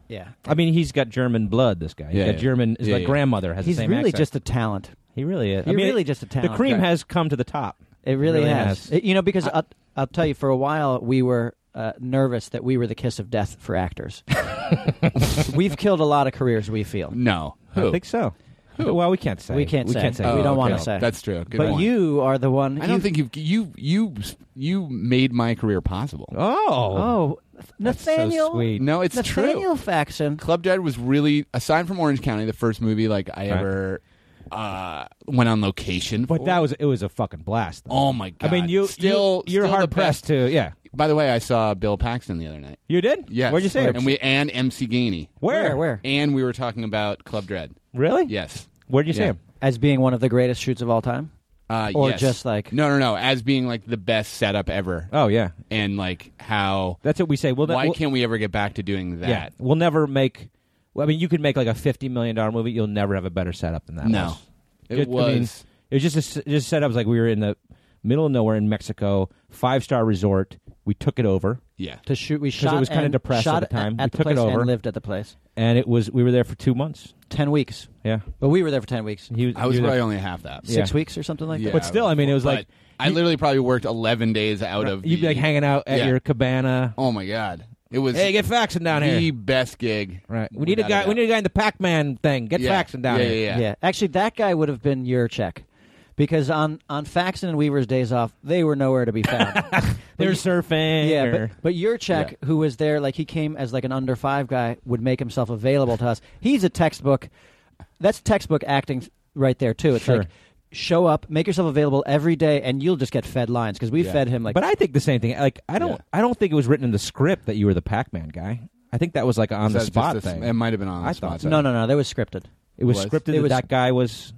Speaker 4: Yeah,
Speaker 3: I mean, he's got German blood. This guy, he's
Speaker 5: Yeah,
Speaker 3: got
Speaker 5: yeah.
Speaker 3: German. His
Speaker 5: Yeah,
Speaker 3: like
Speaker 5: yeah.
Speaker 3: grandmother has
Speaker 4: he's
Speaker 3: the same
Speaker 4: really
Speaker 3: accent.
Speaker 4: just a talent.
Speaker 3: he really is. I
Speaker 4: You're
Speaker 3: mean,
Speaker 4: really
Speaker 3: it-
Speaker 4: just a
Speaker 3: the
Speaker 4: talent.
Speaker 3: cream
Speaker 4: guy.
Speaker 3: has come to the top.
Speaker 4: It really,
Speaker 3: really
Speaker 4: has.
Speaker 3: has.
Speaker 4: It- you know, because I, will I'll tell you, for a while we were uh, nervous that we were the kiss of death for actors. We've killed a lot of careers. We feel.
Speaker 5: No. Who?
Speaker 3: I think so. Well, we can't say.
Speaker 4: We can't
Speaker 3: we
Speaker 4: say.
Speaker 3: Can't say.
Speaker 4: Oh, We don't wanna
Speaker 3: No.
Speaker 4: say.
Speaker 5: That's true. Good
Speaker 4: but
Speaker 5: point.
Speaker 4: you are the one.
Speaker 5: I don't
Speaker 4: you-
Speaker 5: think you've you you you made my career possible.
Speaker 3: Oh,
Speaker 4: Oh,
Speaker 3: That's so
Speaker 4: Nathaniel.
Speaker 3: sweet.
Speaker 5: No, it's
Speaker 4: Nathaniel
Speaker 5: true.
Speaker 4: Faxon.
Speaker 5: Club Dread was really aside from Orange County, the first movie like I
Speaker 3: Right.
Speaker 5: ever uh, went on location.
Speaker 3: but
Speaker 5: for.
Speaker 3: that was it. Was a fucking blast. though.
Speaker 5: Oh, my
Speaker 3: I mean,
Speaker 5: God.
Speaker 3: you
Speaker 5: Still-
Speaker 3: you, you're
Speaker 5: still the
Speaker 3: hard pressed to. Yeah,
Speaker 5: By the way, I saw Bill Paxton the other night.
Speaker 3: you did.
Speaker 5: Yes.
Speaker 3: Where'd you see it?
Speaker 5: And we and MC Gainey.
Speaker 3: where?
Speaker 4: Where? Where?
Speaker 5: And we were talking about Club Dread.
Speaker 3: Really?
Speaker 5: Yes.
Speaker 3: Where'd you see
Speaker 5: Yeah.
Speaker 3: him?
Speaker 4: As being one of the greatest shoots of all time.
Speaker 5: Uh,
Speaker 4: Or
Speaker 5: yes.
Speaker 4: just like-
Speaker 5: no, no, no. As being like the best setup ever,
Speaker 3: Oh yeah,
Speaker 5: and like how
Speaker 3: that's what we say. Well,
Speaker 5: why
Speaker 3: we'll,
Speaker 5: can't we ever get back to doing
Speaker 3: yeah,
Speaker 5: that?
Speaker 3: we'll never make. Well, I mean, you could make like a fifty million dollar movie. You'll never have a better setup than that.
Speaker 5: No,
Speaker 3: was.
Speaker 5: it
Speaker 3: Just-
Speaker 5: was.
Speaker 3: I mean, it was just a s just set up was like we were in the middle of nowhere in Mexico, five star resort. We took it over,
Speaker 5: yeah,
Speaker 4: To shoot, we
Speaker 3: 'Cause it
Speaker 4: shot.
Speaker 3: was kinda
Speaker 4: and-
Speaker 3: depressed at
Speaker 4: shot
Speaker 3: the time.
Speaker 4: At the
Speaker 3: We took it
Speaker 4: place
Speaker 3: over.
Speaker 4: and lived at the place.
Speaker 3: and it was we were there for two months.
Speaker 4: Ten weeks,
Speaker 3: Yeah,
Speaker 4: but we were there for ten weeks.
Speaker 3: he was.
Speaker 5: I was
Speaker 3: he
Speaker 5: probably
Speaker 3: there-
Speaker 5: only half that.
Speaker 3: Yeah.
Speaker 4: Six weeks or something like
Speaker 5: Yeah.
Speaker 4: that.
Speaker 3: But still, I mean, it was
Speaker 5: But
Speaker 3: like
Speaker 5: I literally probably worked eleven days out of.
Speaker 3: you'd be
Speaker 5: the-
Speaker 3: like hanging out at
Speaker 5: Yeah.
Speaker 3: your cabana.
Speaker 5: Oh my god, it was
Speaker 3: Hey, get faxing down
Speaker 5: the
Speaker 3: here.
Speaker 5: best gig.
Speaker 3: Right. We need a
Speaker 5: without
Speaker 3: guy. We
Speaker 5: doubt.
Speaker 3: need a guy in the Pac Man thing. Get
Speaker 5: yeah.
Speaker 3: faxing down
Speaker 5: yeah,
Speaker 3: here.
Speaker 5: Yeah, yeah,
Speaker 4: Yeah. Actually, that guy would have been your check. Because on, on Faxon and Weaver's days off, they were nowhere to be found.
Speaker 3: They're surfing.
Speaker 4: yeah,
Speaker 3: or-
Speaker 4: but, but your check, who was there, like he came as like an under five guy, would make himself available to us. He's a textbook. That's textbook acting right there too. It's
Speaker 3: Sure.
Speaker 4: like show up, make yourself available every day, and you'll just get fed lines because we
Speaker 5: Yeah.
Speaker 4: fed him like.
Speaker 3: But I think the same thing. Like I don't.
Speaker 5: Yeah.
Speaker 3: I don't think it was written in the script that you were the Pac Man guy. I think that was like on
Speaker 5: So
Speaker 3: the
Speaker 5: that's
Speaker 3: spot
Speaker 5: just a-
Speaker 3: thing.
Speaker 5: It might have been on the
Speaker 3: I
Speaker 5: spot.
Speaker 3: thought-
Speaker 5: thing.
Speaker 4: no, no, no. That was scripted.
Speaker 3: It was
Speaker 5: Was.
Speaker 3: scripted
Speaker 4: It
Speaker 3: that
Speaker 4: was-
Speaker 3: that guy was.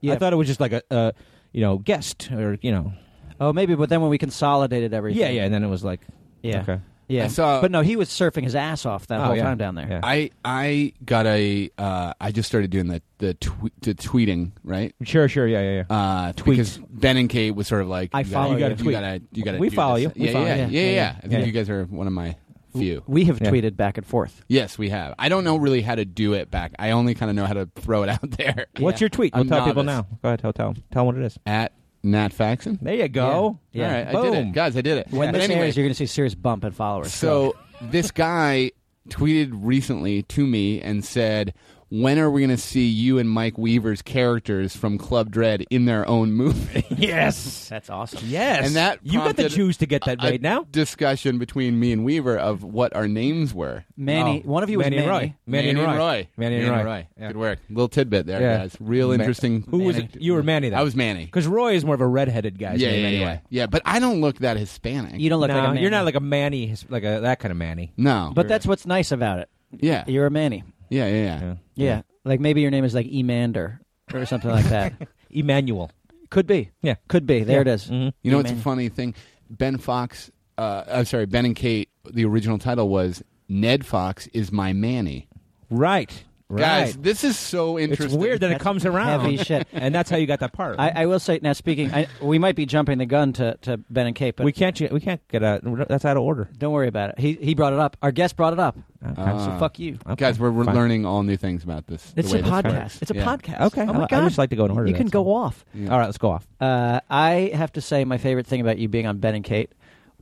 Speaker 4: Yeah.
Speaker 3: I thought it was just like a, a you know guest or you know
Speaker 4: Oh, maybe. But then when we consolidated everything.
Speaker 3: yeah yeah, and then it was like
Speaker 4: Yeah.
Speaker 3: okay.
Speaker 4: Yeah.
Speaker 5: I saw-
Speaker 4: But no, he was surfing his ass off that
Speaker 3: Oh,
Speaker 4: whole
Speaker 3: yeah.
Speaker 4: time down there.
Speaker 3: Yeah.
Speaker 5: I I got a. Uh, I just started doing the the, tw- the tweeting right.
Speaker 3: Sure, sure, yeah, yeah, yeah.
Speaker 5: Uh,
Speaker 3: Tweet.
Speaker 5: because Ben and Kate was sort of like
Speaker 4: I
Speaker 5: you gotta-
Speaker 4: follow
Speaker 5: you.
Speaker 4: you.
Speaker 5: Gotta,
Speaker 3: Tweet.
Speaker 5: gotta, you gotta
Speaker 3: We
Speaker 5: do
Speaker 3: follow
Speaker 5: this.
Speaker 3: you. We
Speaker 5: yeah,
Speaker 3: follow
Speaker 5: yeah,
Speaker 4: you.
Speaker 5: yeah, yeah,
Speaker 4: Yeah,
Speaker 5: yeah. I think
Speaker 3: yeah.
Speaker 5: you guys are one of my few.
Speaker 4: We have
Speaker 3: Yeah.
Speaker 4: tweeted back and forth.
Speaker 5: Yes, we have. I don't know really how to do it back. I only kind of know how to throw it out there.
Speaker 3: What's your tweet? We'll
Speaker 5: I'm
Speaker 3: tell people now.
Speaker 5: novice.
Speaker 3: Go ahead, tell tell 'em. tell 'em what it is.
Speaker 5: At Nat Faxon.
Speaker 3: There you go.
Speaker 4: Yeah.
Speaker 5: All right, I did
Speaker 3: Boom.
Speaker 5: it, guys. I did it.
Speaker 4: When
Speaker 5: But
Speaker 4: this
Speaker 5: anyway,
Speaker 4: airs, you're going to see serious bump in followers.
Speaker 5: so this guy tweeted recently to me and said, "When are we going to see you and Mike Weaver's characters from Club Dread in their own movie?"
Speaker 3: Yes,
Speaker 4: that's awesome.
Speaker 3: yes.
Speaker 5: And that
Speaker 3: you got the
Speaker 5: prompted
Speaker 3: juice to get that
Speaker 5: a
Speaker 3: right now.
Speaker 5: Discussion between me and Weaver of what our names were.
Speaker 4: Manny,
Speaker 3: Oh.
Speaker 4: one of you
Speaker 3: Manny
Speaker 4: was
Speaker 3: and
Speaker 4: Manny.
Speaker 3: Roy. Manny, and Roy. Manny and Roy. Yeah.
Speaker 5: Good work. Little tidbit there,
Speaker 3: Yeah.
Speaker 5: guys. Real
Speaker 3: Ma-
Speaker 5: interesting.
Speaker 3: Who was it? You were Manny. Then.
Speaker 5: I was Manny.
Speaker 3: because Roy is more of a redheaded guy's
Speaker 5: Yeah,
Speaker 3: name
Speaker 5: yeah,
Speaker 3: anyway.
Speaker 5: yeah. Yeah, but I don't look that Hispanic.
Speaker 4: You don't look
Speaker 3: no,
Speaker 4: like a Manny.
Speaker 3: you're not like a Manny, his- like a that kind of Manny.
Speaker 5: No,
Speaker 4: But that's what's nice about it.
Speaker 5: yeah, yeah,
Speaker 4: You're a Manny.
Speaker 5: yeah, yeah.
Speaker 4: Yeah. Like maybe your name is like Emander or something like that.
Speaker 3: Emmanuel.
Speaker 4: Could be.
Speaker 3: Yeah.
Speaker 4: Could be. There
Speaker 3: Yeah.
Speaker 4: it is.
Speaker 3: Mhm.
Speaker 5: You know, it's a
Speaker 4: Manny.
Speaker 5: funny thing. Ben Fox. Uh, I'm sorry, Ben and Kate. The original title was Ned Fox is my Manny.
Speaker 3: Right. Right.
Speaker 5: Guys, this is so interesting.
Speaker 3: It's weird that it
Speaker 4: That's
Speaker 3: comes around.
Speaker 4: heavy shit.
Speaker 3: And that's how you got that part.
Speaker 4: I, I will say now. Speaking, I, we might be jumping the gun to, to Ben and Kate, but
Speaker 3: we can't. We can't get a. That's out of order.
Speaker 4: don't worry about it. He he brought it up. Our guest brought it up. Uh,
Speaker 3: Okay.
Speaker 4: so fuck you.
Speaker 3: Oh. Okay,
Speaker 5: Guys, we're, we're
Speaker 3: fine.
Speaker 5: learning all new things about this. Ah. the
Speaker 4: It's
Speaker 5: way
Speaker 4: a
Speaker 5: this
Speaker 4: podcast.
Speaker 5: works.
Speaker 4: It's a
Speaker 5: Yeah.
Speaker 4: podcast.
Speaker 3: Okay.
Speaker 4: Oh
Speaker 3: I-
Speaker 4: my
Speaker 3: I
Speaker 4: god.
Speaker 3: just like to go in order,
Speaker 4: You can
Speaker 3: that's
Speaker 4: go
Speaker 3: all.
Speaker 4: off.
Speaker 5: Yeah.
Speaker 3: All right, let's go off.
Speaker 4: Uh, I have to say, my favorite thing about you being on Ben and Kate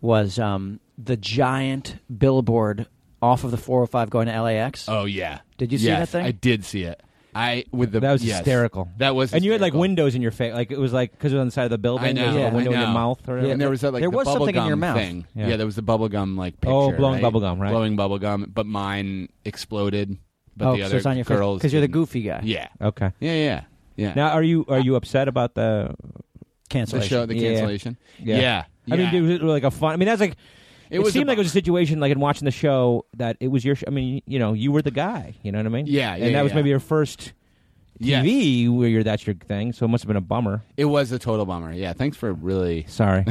Speaker 4: was um, the giant billboard off of the 405 going to LAX.
Speaker 5: Oh yeah.
Speaker 4: Did you see
Speaker 5: Yes,
Speaker 4: that thing?
Speaker 5: I did see it. I with the
Speaker 3: That was
Speaker 5: yes.
Speaker 3: hysterical.
Speaker 5: That was
Speaker 3: and you had like
Speaker 5: hysterical.
Speaker 3: windows in your face. Like it was like because it was on the side of the building.
Speaker 5: I know.
Speaker 3: there was, like,
Speaker 4: Yeah,
Speaker 3: a window
Speaker 5: I
Speaker 3: in your
Speaker 5: know.
Speaker 3: mouth or whatever.
Speaker 5: and there was that like
Speaker 4: There
Speaker 5: the
Speaker 4: was
Speaker 5: bubble
Speaker 4: something in
Speaker 5: gum
Speaker 4: your mouth.
Speaker 5: thing.
Speaker 3: Yeah.
Speaker 5: Yeah. there was the bubble gum like picture.
Speaker 3: Oh, blowing
Speaker 5: right?
Speaker 3: bubble gum, right.
Speaker 5: Blowing bubble gum, but mine exploded. But
Speaker 4: oh,
Speaker 5: the other
Speaker 4: so it's on your
Speaker 5: girls
Speaker 4: because you're the
Speaker 5: didn't.
Speaker 4: goofy guy.
Speaker 5: Yeah,
Speaker 3: Okay.
Speaker 5: yeah, yeah, yeah.
Speaker 3: Oh. Now, are you are you upset about the?
Speaker 5: the
Speaker 4: Cancellation.
Speaker 5: show, the
Speaker 3: Yeah.
Speaker 5: cancellation.
Speaker 3: Yeah.
Speaker 5: yeah.
Speaker 3: I mean, it was like a fun. I mean, that's like. It,
Speaker 5: was a
Speaker 3: seemed like it was a
Speaker 5: bummer.
Speaker 3: situation like in watching the show that it was your. Sh- I mean, you know, you were the guy. You know what I mean?
Speaker 5: Yeah, yeah,
Speaker 3: and that
Speaker 5: yeah,
Speaker 3: was
Speaker 5: yeah.
Speaker 3: maybe your first
Speaker 5: Yes.
Speaker 3: TV where you're that's your thing. So it must have been a bummer.
Speaker 5: It was a total bummer. Yeah, thanks for really.
Speaker 3: Sorry.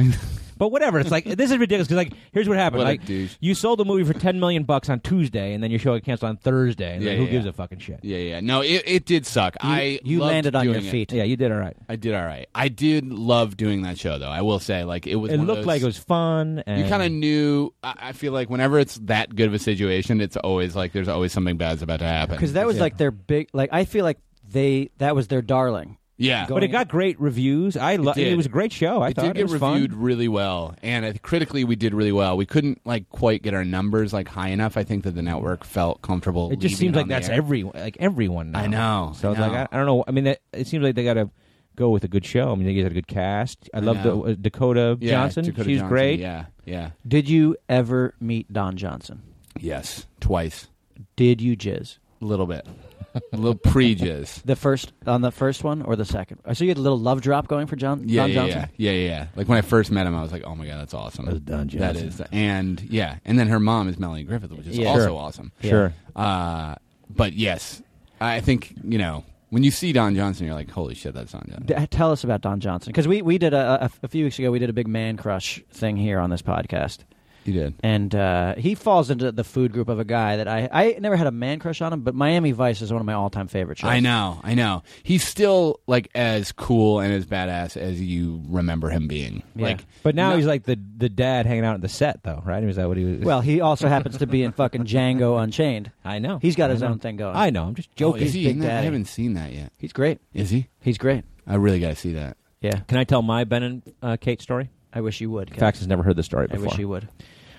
Speaker 3: But whatever, it's like this is ridiculous because like here's what happened.
Speaker 5: What a
Speaker 3: like
Speaker 5: douche.
Speaker 3: you sold the movie for ten million bucks on Tuesday, and then your show got canceled on Thursday. And
Speaker 5: Yeah,
Speaker 3: like, who
Speaker 5: yeah,
Speaker 3: gives
Speaker 5: yeah.
Speaker 3: a fucking shit?
Speaker 5: Yeah, yeah. No, it, it did suck.
Speaker 4: You,
Speaker 5: I
Speaker 4: you
Speaker 5: loved
Speaker 4: landed on your
Speaker 5: doing it.
Speaker 4: feet.
Speaker 3: Yeah, you did all right.
Speaker 5: I did all right. I did love doing that show though. I will say, like it was.
Speaker 3: It
Speaker 5: one of
Speaker 3: looked
Speaker 5: those-
Speaker 3: like it was fun. And
Speaker 5: You kind of knew. I, I feel like whenever it's that good of a situation, it's always like there's always something bad's about to happen.
Speaker 4: Because that was like their big. Like I feel like they that was their darling.
Speaker 5: yeah,
Speaker 3: but it got great reviews. I lo-
Speaker 5: did.
Speaker 3: it was a great show. I
Speaker 5: it
Speaker 3: thought
Speaker 5: did get
Speaker 3: it was
Speaker 5: reviewed
Speaker 3: fun.
Speaker 5: really well, and I think critically we did really well. We couldn't like quite get our numbers like high enough. I think that the network felt comfortable.
Speaker 3: It just
Speaker 5: leaving
Speaker 3: seems like
Speaker 5: on the
Speaker 3: that's
Speaker 5: air.
Speaker 3: everyone. Like everyone. Now.
Speaker 5: I know,
Speaker 3: So
Speaker 5: I
Speaker 3: it's
Speaker 5: know.
Speaker 3: like I, I don't know. I mean, that, it seems like they got to go with a good show. I mean, they had a good cast. I, love the
Speaker 5: know.
Speaker 3: uh, Dakota
Speaker 5: Yeah,
Speaker 3: Johnson.
Speaker 5: Dakota
Speaker 3: She's
Speaker 5: Johnson,
Speaker 3: great.
Speaker 5: Yeah, yeah,
Speaker 4: Did you ever meet Don Johnson?
Speaker 5: yes, twice,
Speaker 4: Did you jizz
Speaker 5: a little bit, a little pre jizz.
Speaker 4: the first on the first one or the second? I saw you had a little love drop going for John.
Speaker 5: Yeah,
Speaker 4: Don
Speaker 5: yeah,
Speaker 4: Johnson.
Speaker 5: yeah, yeah, yeah, yeah. Like when I first met him, I was like, "Oh my god, that's awesome."
Speaker 3: That's Don Johnson.
Speaker 5: That is, and yeah, and then her mom is Melanie Griffith, which is
Speaker 4: Yeah.
Speaker 5: also
Speaker 3: Sure.
Speaker 5: awesome.
Speaker 3: Sure.
Speaker 5: Uh, but yes, I think you know when you see Don Johnson, you're like, "Holy shit, that's Don Johnson."
Speaker 4: D- tell us about Don Johnson because we we did a, a, a few weeks ago we did a big man crush thing here on this podcast
Speaker 5: You did.
Speaker 4: and uh, he falls into the food group of a guy that I I never had a man crush on him but Miami Vice is one of my all time favorite shows
Speaker 5: I know, I know. He's still like as cool and as badass as you remember him being.
Speaker 4: Yeah.
Speaker 5: Like,
Speaker 3: But now he's like the the dad hanging out in the set, though, right? Was that what he was?
Speaker 4: well he also happens to be in fucking Django Unchained
Speaker 3: I know
Speaker 4: he's got
Speaker 3: I
Speaker 4: his
Speaker 3: know.
Speaker 4: own thing going
Speaker 3: I know. I'm just
Speaker 5: oh,
Speaker 3: joking.
Speaker 5: is he
Speaker 4: Big
Speaker 5: in that? I
Speaker 4: Daddy.
Speaker 5: haven't seen that yet.
Speaker 4: he's great
Speaker 5: Is he?
Speaker 4: he's great
Speaker 5: I really got to see that.
Speaker 4: yeah
Speaker 3: Can I tell my Ben and uh, Kate story?
Speaker 4: I wish you would Kev.
Speaker 3: Fax has never heard this story
Speaker 4: I
Speaker 3: before.
Speaker 4: wish you would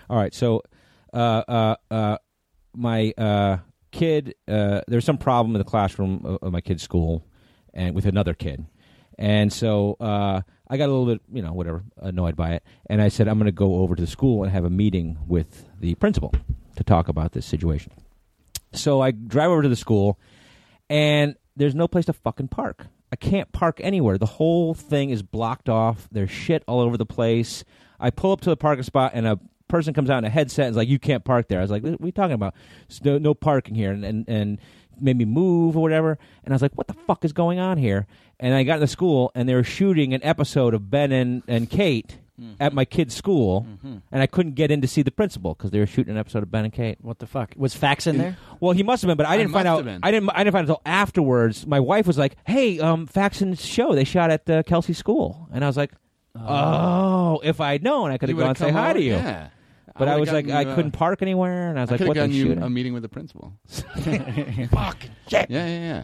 Speaker 3: All right, so uh, uh, uh, my uh, kid, uh, there was some problem in the classroom of, of my kid's school, and with another kid, and so uh, I got a little bit, you know, whatever, annoyed by it, and I said I'm going to go over to the school and have a meeting with the principal to talk about this situation. So I drive over to the school, and there's no place to fucking park. I can't park anywhere. The whole thing is blocked off. There's shit all over the place. I pull up to the parking spot, and a person comes out in a headset and is like, "You can't park there." I was like, "What are you talking about? There's no, no parking here." And, and and made me move or whatever. And I was like, "What the fuck is going on here?" And I got into school, and they were shooting an episode of Ben and and Kate. At my kid's school, and I couldn't get in to see the principal because they were shooting an episode of Ben and Kate.
Speaker 4: what the fuck was Fax in there
Speaker 3: Well, he must have been, but I didn't
Speaker 5: must
Speaker 3: find out.
Speaker 5: have been.
Speaker 3: I didn't. I didn't find out until afterwards. My wife was like, "Hey, um, Faxon's show they shot at uh, Kelsey School," and I was like, "Oh, if I'd known, I could
Speaker 5: You
Speaker 3: have gone
Speaker 5: would've
Speaker 3: and say
Speaker 5: come
Speaker 3: hi
Speaker 5: over?
Speaker 3: to you."
Speaker 5: Yeah.
Speaker 3: But I,
Speaker 5: would've
Speaker 3: was like,
Speaker 5: gotten
Speaker 3: I
Speaker 5: you, uh,
Speaker 3: couldn't park anywhere, and I was
Speaker 5: I
Speaker 3: like,
Speaker 5: could have
Speaker 3: "What the
Speaker 5: gotten you
Speaker 3: shit?"
Speaker 5: a meeting with the principal. Fuck. Yeah, yeah, yeah.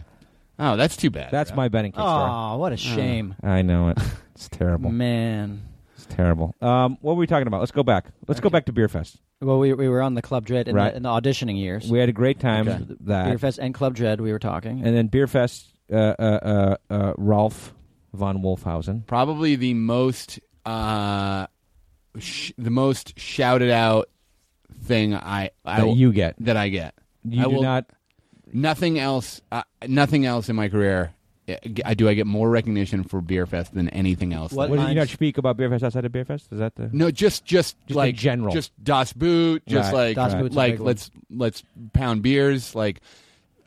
Speaker 5: Oh, that's too bad.
Speaker 3: That's Uh,
Speaker 5: bro.
Speaker 3: my Ben and Kate story.
Speaker 4: oh what a shame
Speaker 3: I know it. It's terrible.
Speaker 4: man
Speaker 3: It's terrible. Um, what were we talking about? Let's go back. Let's go back to Beer Fest.
Speaker 4: well we we were on the Club Dread in,
Speaker 3: Right.
Speaker 4: the, in the auditioning years
Speaker 3: We had a great time.
Speaker 5: Okay.
Speaker 3: with That
Speaker 4: Beer Fest and Club Dread, we were talking.
Speaker 3: and then Beer Fest. Uh, uh, uh, uh, Rolf von Wolfhausen.
Speaker 5: probably the most uh sh- the most shouted out thing I I
Speaker 3: That you get.
Speaker 5: that I get.
Speaker 3: You
Speaker 5: I
Speaker 3: do
Speaker 5: will-
Speaker 3: not
Speaker 5: nothing else uh, nothing else in my career. I- I do I get more recognition for Beer Fest than anything else.
Speaker 4: What-
Speaker 3: What, do you
Speaker 4: Mine's-
Speaker 3: not speak about Beer Fest outside of Beer Fest? Is that the
Speaker 5: no, just just,
Speaker 3: in
Speaker 5: like
Speaker 3: general.
Speaker 5: just Das Boot, just like
Speaker 3: Right,
Speaker 4: Das Boot's a big
Speaker 5: like
Speaker 4: one.
Speaker 5: let's let's pound beers, like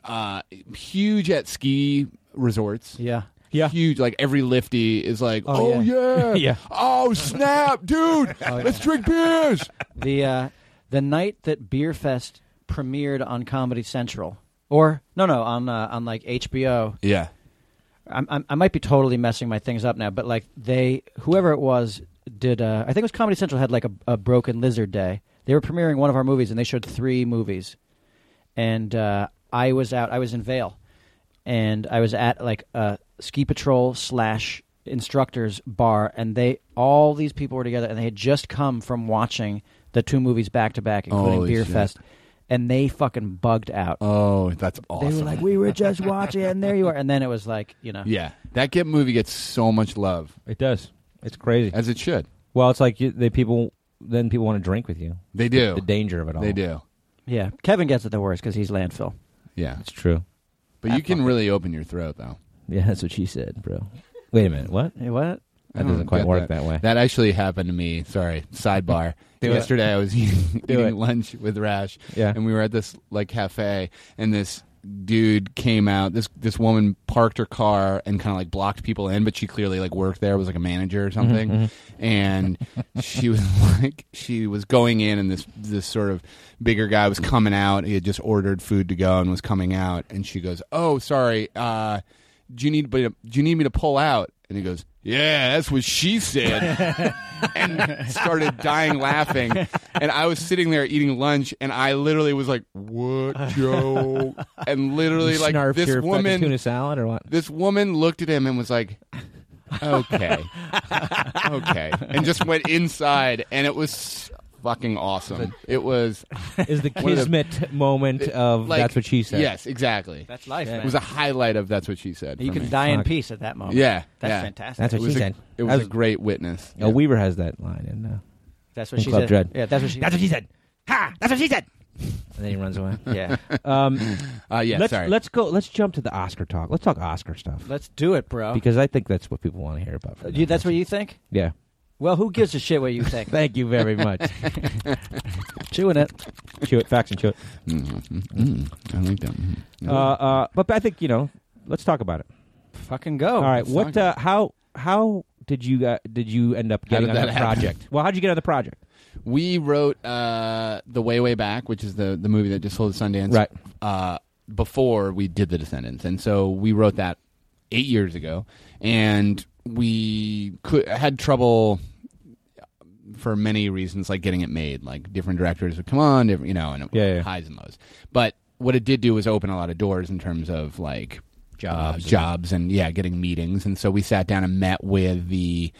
Speaker 5: uh huge at ski resorts.
Speaker 4: yeah.
Speaker 3: yeah?
Speaker 5: huge. Like every lifty is like,
Speaker 4: Oh,
Speaker 5: oh, yeah.
Speaker 3: Yeah.
Speaker 5: Oh snap, dude! Let's drink beers.
Speaker 4: The uh, the night that Beer Fest premiered on Comedy Central, or no, no, on uh, on like HBO.
Speaker 5: Yeah.
Speaker 4: I'm, I'm, I might be totally messing my things up now, but like they, whoever it was, did. Uh, I think it was Comedy Central had like a, a Broken Lizard Day. They were premiering one of our movies, and they showed three movies. And uh, I was out. I was in Vale, and I was at like a ski patrol slash instructors bar, and they all these people were together, and they had just come from watching the two movies back to back, including
Speaker 5: Holy
Speaker 4: Beer
Speaker 5: shit.
Speaker 4: Fest, and they fucking bugged out.
Speaker 5: Oh, that's awesome.
Speaker 4: They were like, "We were just watching, and there you are." And then it was like, you know,
Speaker 5: yeah, that get movie gets so much love
Speaker 3: It does. It's crazy.
Speaker 5: as it should.
Speaker 3: Well, it's like you, they people then people want to drink with you.
Speaker 5: They do.
Speaker 3: The danger of it all.
Speaker 5: Oh. They do.
Speaker 4: Yeah, Kevin gets it the worst because he's landfill.
Speaker 5: Yeah,
Speaker 3: It's true.
Speaker 5: but you can really open your throat though.
Speaker 3: Yeah, that's what she said, bro. Wait a minute. What?
Speaker 4: Hey, what?
Speaker 5: I
Speaker 3: That
Speaker 5: don't
Speaker 3: doesn't quite
Speaker 5: get
Speaker 3: work that way.
Speaker 5: Hmm. That actually happened to me. Sorry, sidebar.
Speaker 3: Do it.
Speaker 5: Yesterday I was eating,
Speaker 3: Do
Speaker 5: eating
Speaker 3: it.
Speaker 5: lunch with Rash,
Speaker 3: Yeah.
Speaker 5: and we were at this like cafe, and this dude came out. This this woman parked her car and kind of like blocked people in, but she clearly like worked there, was like a manager or something, and she was like she was going in, and this this sort of bigger guy was coming out. He had just ordered food to go and was coming out, and she goes, "Oh, sorry." Uh, do you need do you need me to pull out? And he goes, Yeah, that's what she said. and started dying laughing. And I was sitting there eating lunch and I literally was like, What Joe? And literally
Speaker 3: You
Speaker 5: like
Speaker 3: snarfed
Speaker 5: this
Speaker 3: your fucking
Speaker 5: woman
Speaker 3: tuna salad or what?
Speaker 5: this woman looked at him and was like Okay. okay. And just went inside and it was fucking awesome. It was
Speaker 3: Is the
Speaker 5: One of the-
Speaker 3: kismet moment of
Speaker 5: like
Speaker 3: that's what she said?
Speaker 5: Yes, exactly.
Speaker 4: That's life.
Speaker 5: It was a highlight of that's what she said.
Speaker 4: you
Speaker 5: for
Speaker 4: can
Speaker 5: me.
Speaker 4: die in
Speaker 3: Fuck.
Speaker 4: peace at that moment.
Speaker 5: Yeah.
Speaker 4: that's
Speaker 5: yeah.
Speaker 4: fantastic.
Speaker 3: That's
Speaker 5: It
Speaker 3: what she
Speaker 5: was, a,
Speaker 3: said.
Speaker 5: it was
Speaker 3: That
Speaker 5: a great witness.
Speaker 3: Oh, Weaver has that line, and uh,
Speaker 4: that's what she
Speaker 3: Club
Speaker 4: said.
Speaker 3: Dread.
Speaker 4: Yeah, that's what she.
Speaker 3: that's what she said. Ha! That's what she said. And then he runs away.
Speaker 4: yeah,
Speaker 3: Um,
Speaker 5: Uh, yeah,
Speaker 3: let's
Speaker 5: sorry.
Speaker 3: let's go. Let's jump to the Oscar talk. Let's talk Oscar stuff
Speaker 4: let's do it, bro.
Speaker 3: because I think that's what people want to hear about. From
Speaker 4: you,
Speaker 3: them.
Speaker 4: that's what you think.
Speaker 3: Yeah.
Speaker 4: Well, who gives a shit what you think?
Speaker 3: Thank you very much.
Speaker 4: Chewing it.
Speaker 3: chew it, facts, and chew it.
Speaker 5: Mm, mm, mm. I like that. Mm.
Speaker 3: Uh, uh, but I think you know. Let's talk about it.
Speaker 4: Fucking go.
Speaker 3: All right.
Speaker 5: Oh, let's
Speaker 3: What?
Speaker 5: talk about
Speaker 3: Uh, how? How did you? Uh, did you end up
Speaker 5: How
Speaker 3: getting
Speaker 5: did
Speaker 3: on
Speaker 5: that
Speaker 3: the
Speaker 5: happen?
Speaker 3: project? Well, how'd you get on the project?
Speaker 5: We wrote uh, the Way Way Back, which is the the movie that just sold at Sundance.
Speaker 3: Right.
Speaker 5: Uh, before we did The Descendants, and so we wrote that eight years ago, and we could had trouble for many reasons, like getting it made. Like different directors would come on, different, you know, and it-
Speaker 3: Yeah, yeah.
Speaker 5: highs and lows. But what it did do was open a lot of doors in terms of like jobs, jobs, and yeah, getting meetings. And so we sat down and met with the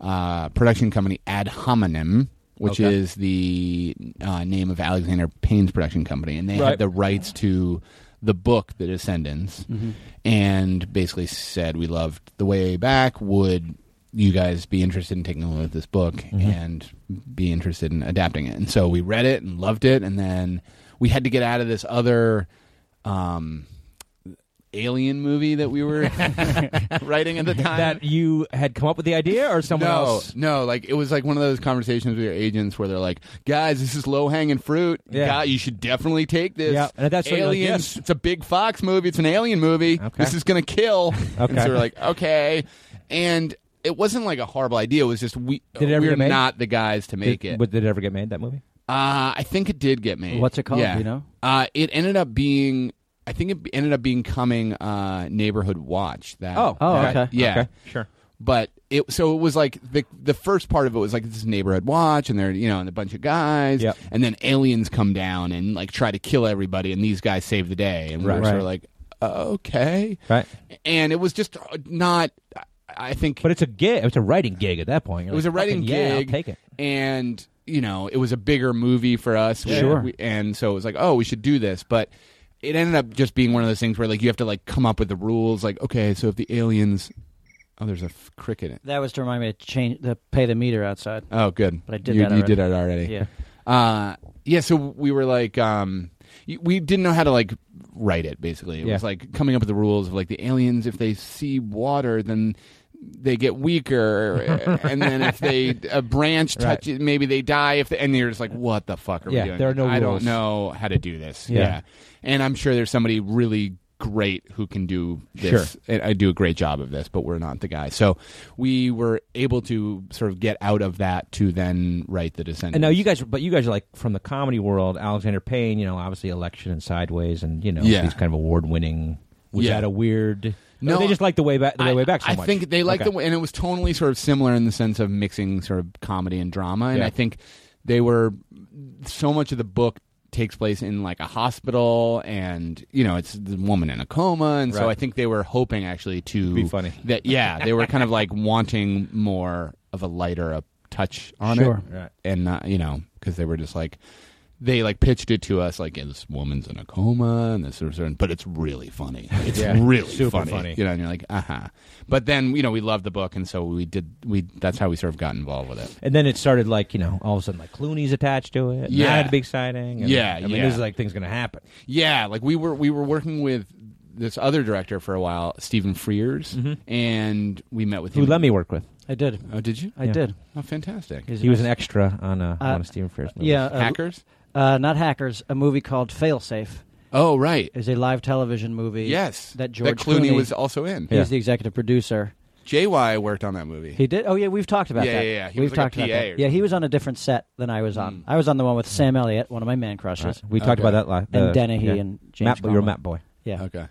Speaker 5: uh, production company Ad Hominem. Which
Speaker 3: Okay.
Speaker 5: is the uh, name of Alexander Payne's production company, and they
Speaker 3: Right.
Speaker 5: had the rights to the book The Descendants, and basically said we loved the way back. Would you guys be interested in taking a look at this book and be interested in adapting it? And so we read it and loved it, and then we had to get out of this other. Um, Alien movie that we were writing at the time
Speaker 3: That you had come up with the idea, or someone
Speaker 5: no,
Speaker 3: else?
Speaker 5: No, like it was like one of those conversations with your agents where they're like, "Guys, this is low hanging fruit.
Speaker 3: Yeah.
Speaker 5: God, you should definitely take this.
Speaker 3: Yeah, and at that point you're like,
Speaker 5: aliens.
Speaker 3: yes.
Speaker 5: It's a big Fox movie. It's an alien movie.
Speaker 3: Okay.
Speaker 5: This is gonna kill."
Speaker 3: Okay.
Speaker 5: And so we're like, "Okay," and it wasn't like a horrible idea. It was just we
Speaker 3: Did it ever
Speaker 5: we're
Speaker 3: get made?
Speaker 5: not the guys to make
Speaker 3: Did,
Speaker 5: it.
Speaker 3: but did it ever get made? That movie?
Speaker 5: Uh, I think it did get made.
Speaker 4: What's it called,
Speaker 5: Yeah.
Speaker 4: do you know?
Speaker 5: Uh, it ended up being. I think it ended up becoming uh, Neighborhood Watch. That
Speaker 4: Oh,
Speaker 5: that-
Speaker 4: okay.
Speaker 5: yeah
Speaker 3: Okay. Sure.
Speaker 5: but it so it was like the the first part of it was like this neighborhood watch and they're you know and a bunch of guys
Speaker 3: Yep.
Speaker 5: and then aliens come down and like try to kill everybody and these guys save the day and we
Speaker 3: Right.
Speaker 5: we're sort
Speaker 3: Right.
Speaker 5: of like okay
Speaker 3: Right.
Speaker 5: and it was just not I think
Speaker 3: But it's a gig. It's a writing gig at that point. You're
Speaker 5: it was
Speaker 3: like,
Speaker 5: a writing
Speaker 3: "Fucking
Speaker 5: gig
Speaker 3: yeah, I'll take it.
Speaker 5: and you know it was a bigger movie for us We-
Speaker 4: Sure.
Speaker 5: we- and so it was like oh we should do this but it ended up just being one of those things where like you have to like come up with the rules like okay so if the aliens oh there's a f- cricket in
Speaker 4: That was to remind me to change the pay the meter outside.
Speaker 5: Oh, good.
Speaker 4: But I did
Speaker 5: you,
Speaker 4: that
Speaker 5: you did it already.
Speaker 4: Yeah.
Speaker 5: Uh, yeah. So we were like, um, y- we didn't know how to like write it. Basically, it
Speaker 3: Yeah.
Speaker 5: was like coming up with the rules of like the aliens. If they see water, then they get weaker, and then if they a branch
Speaker 3: Right.
Speaker 5: touches, maybe they die. If they, and you're just like, what the fuck are
Speaker 3: Yeah,
Speaker 5: we doing?
Speaker 3: there are no
Speaker 5: I
Speaker 3: rules.
Speaker 5: don't know how to do this.
Speaker 3: Yeah.
Speaker 5: yeah. And I'm sure there's somebody really great who can do this.
Speaker 3: Sure.
Speaker 5: And I do a great job of this, but we're not the guy. So we were able to sort of get out of that to then write the Descendants.
Speaker 3: And now you guys, but you guys are like from the comedy world. Alexander Payne, you know, obviously Election and Sideways, and you know,
Speaker 5: Yeah.
Speaker 3: these kind of award winning. Was
Speaker 5: Yeah.
Speaker 3: that a weird?
Speaker 5: No,
Speaker 3: they just like the way back. The way,
Speaker 5: I,
Speaker 3: way back. So
Speaker 5: I
Speaker 3: much.
Speaker 5: think they like
Speaker 3: Okay.
Speaker 5: the way, and it was totally sort of similar in the sense of mixing sort of comedy and drama. And
Speaker 3: Yeah.
Speaker 5: I think they were so much of the book takes place in like a hospital, and you know it's the woman in a coma, and so
Speaker 3: Right.
Speaker 5: I think they were hoping actually to
Speaker 3: Be funny.
Speaker 5: That yeah, they were kind of like wanting more of a lighter a touch on
Speaker 4: Sure.
Speaker 5: it,
Speaker 3: Right.
Speaker 5: and not you know because they were just like. They like pitched it to us like yeah, this woman's in a coma and this sort of certain, but it's really funny. It's
Speaker 3: Yeah.
Speaker 5: really
Speaker 3: Super
Speaker 5: funny,
Speaker 3: funny.
Speaker 5: you know. And you're like, uh huh. But then you know we loved the book, and so we did. We that's how we sort of got involved with it.
Speaker 3: And then it started like you know, all of a sudden like Clooney's attached to it. and
Speaker 5: Yeah.
Speaker 3: that had to be exciting. and-
Speaker 5: Yeah,
Speaker 3: I mean,
Speaker 5: yeah.
Speaker 3: this is like things going to happen.
Speaker 5: Yeah, like we were we were working with this other director for a while, Stephen Frears, and we met with
Speaker 3: Mm-hmm. Who
Speaker 5: him.
Speaker 3: let me work with?
Speaker 4: I did.
Speaker 5: Oh, did you?
Speaker 4: I
Speaker 3: Yeah.
Speaker 4: did.
Speaker 5: Oh, fantastic.
Speaker 4: He's
Speaker 3: He was an
Speaker 4: nice-
Speaker 3: extra on uh,
Speaker 4: Uh,
Speaker 3: one of Stephen Frears movies.
Speaker 4: yeah, uh,
Speaker 5: Hackers.
Speaker 4: Uh, not hackers. A movie called Failsafe
Speaker 5: Oh, right.
Speaker 4: is a live television movie.
Speaker 5: Yes,
Speaker 4: that George
Speaker 5: Clooney,
Speaker 4: Clooney-
Speaker 5: was also in.
Speaker 4: he's
Speaker 3: Yeah.
Speaker 4: the executive producer.
Speaker 5: JY worked on that movie.
Speaker 4: He did. Oh yeah, we've talked about
Speaker 5: Yeah,
Speaker 4: that.
Speaker 5: yeah, yeah. He
Speaker 4: we've
Speaker 5: was like
Speaker 4: talked
Speaker 5: a
Speaker 4: about
Speaker 5: PA
Speaker 4: that.
Speaker 5: or Hmm.
Speaker 4: Yeah, he was on a different set than I was on. I was on the one with Sam Elliott, one of my man crushes,
Speaker 3: Right. we talked
Speaker 5: Okay.
Speaker 3: about that last.
Speaker 4: and Dennehy and James.
Speaker 3: Matt, but you're a
Speaker 4: Cromwell.
Speaker 3: Matt boy.
Speaker 4: Yeah.
Speaker 5: Okay.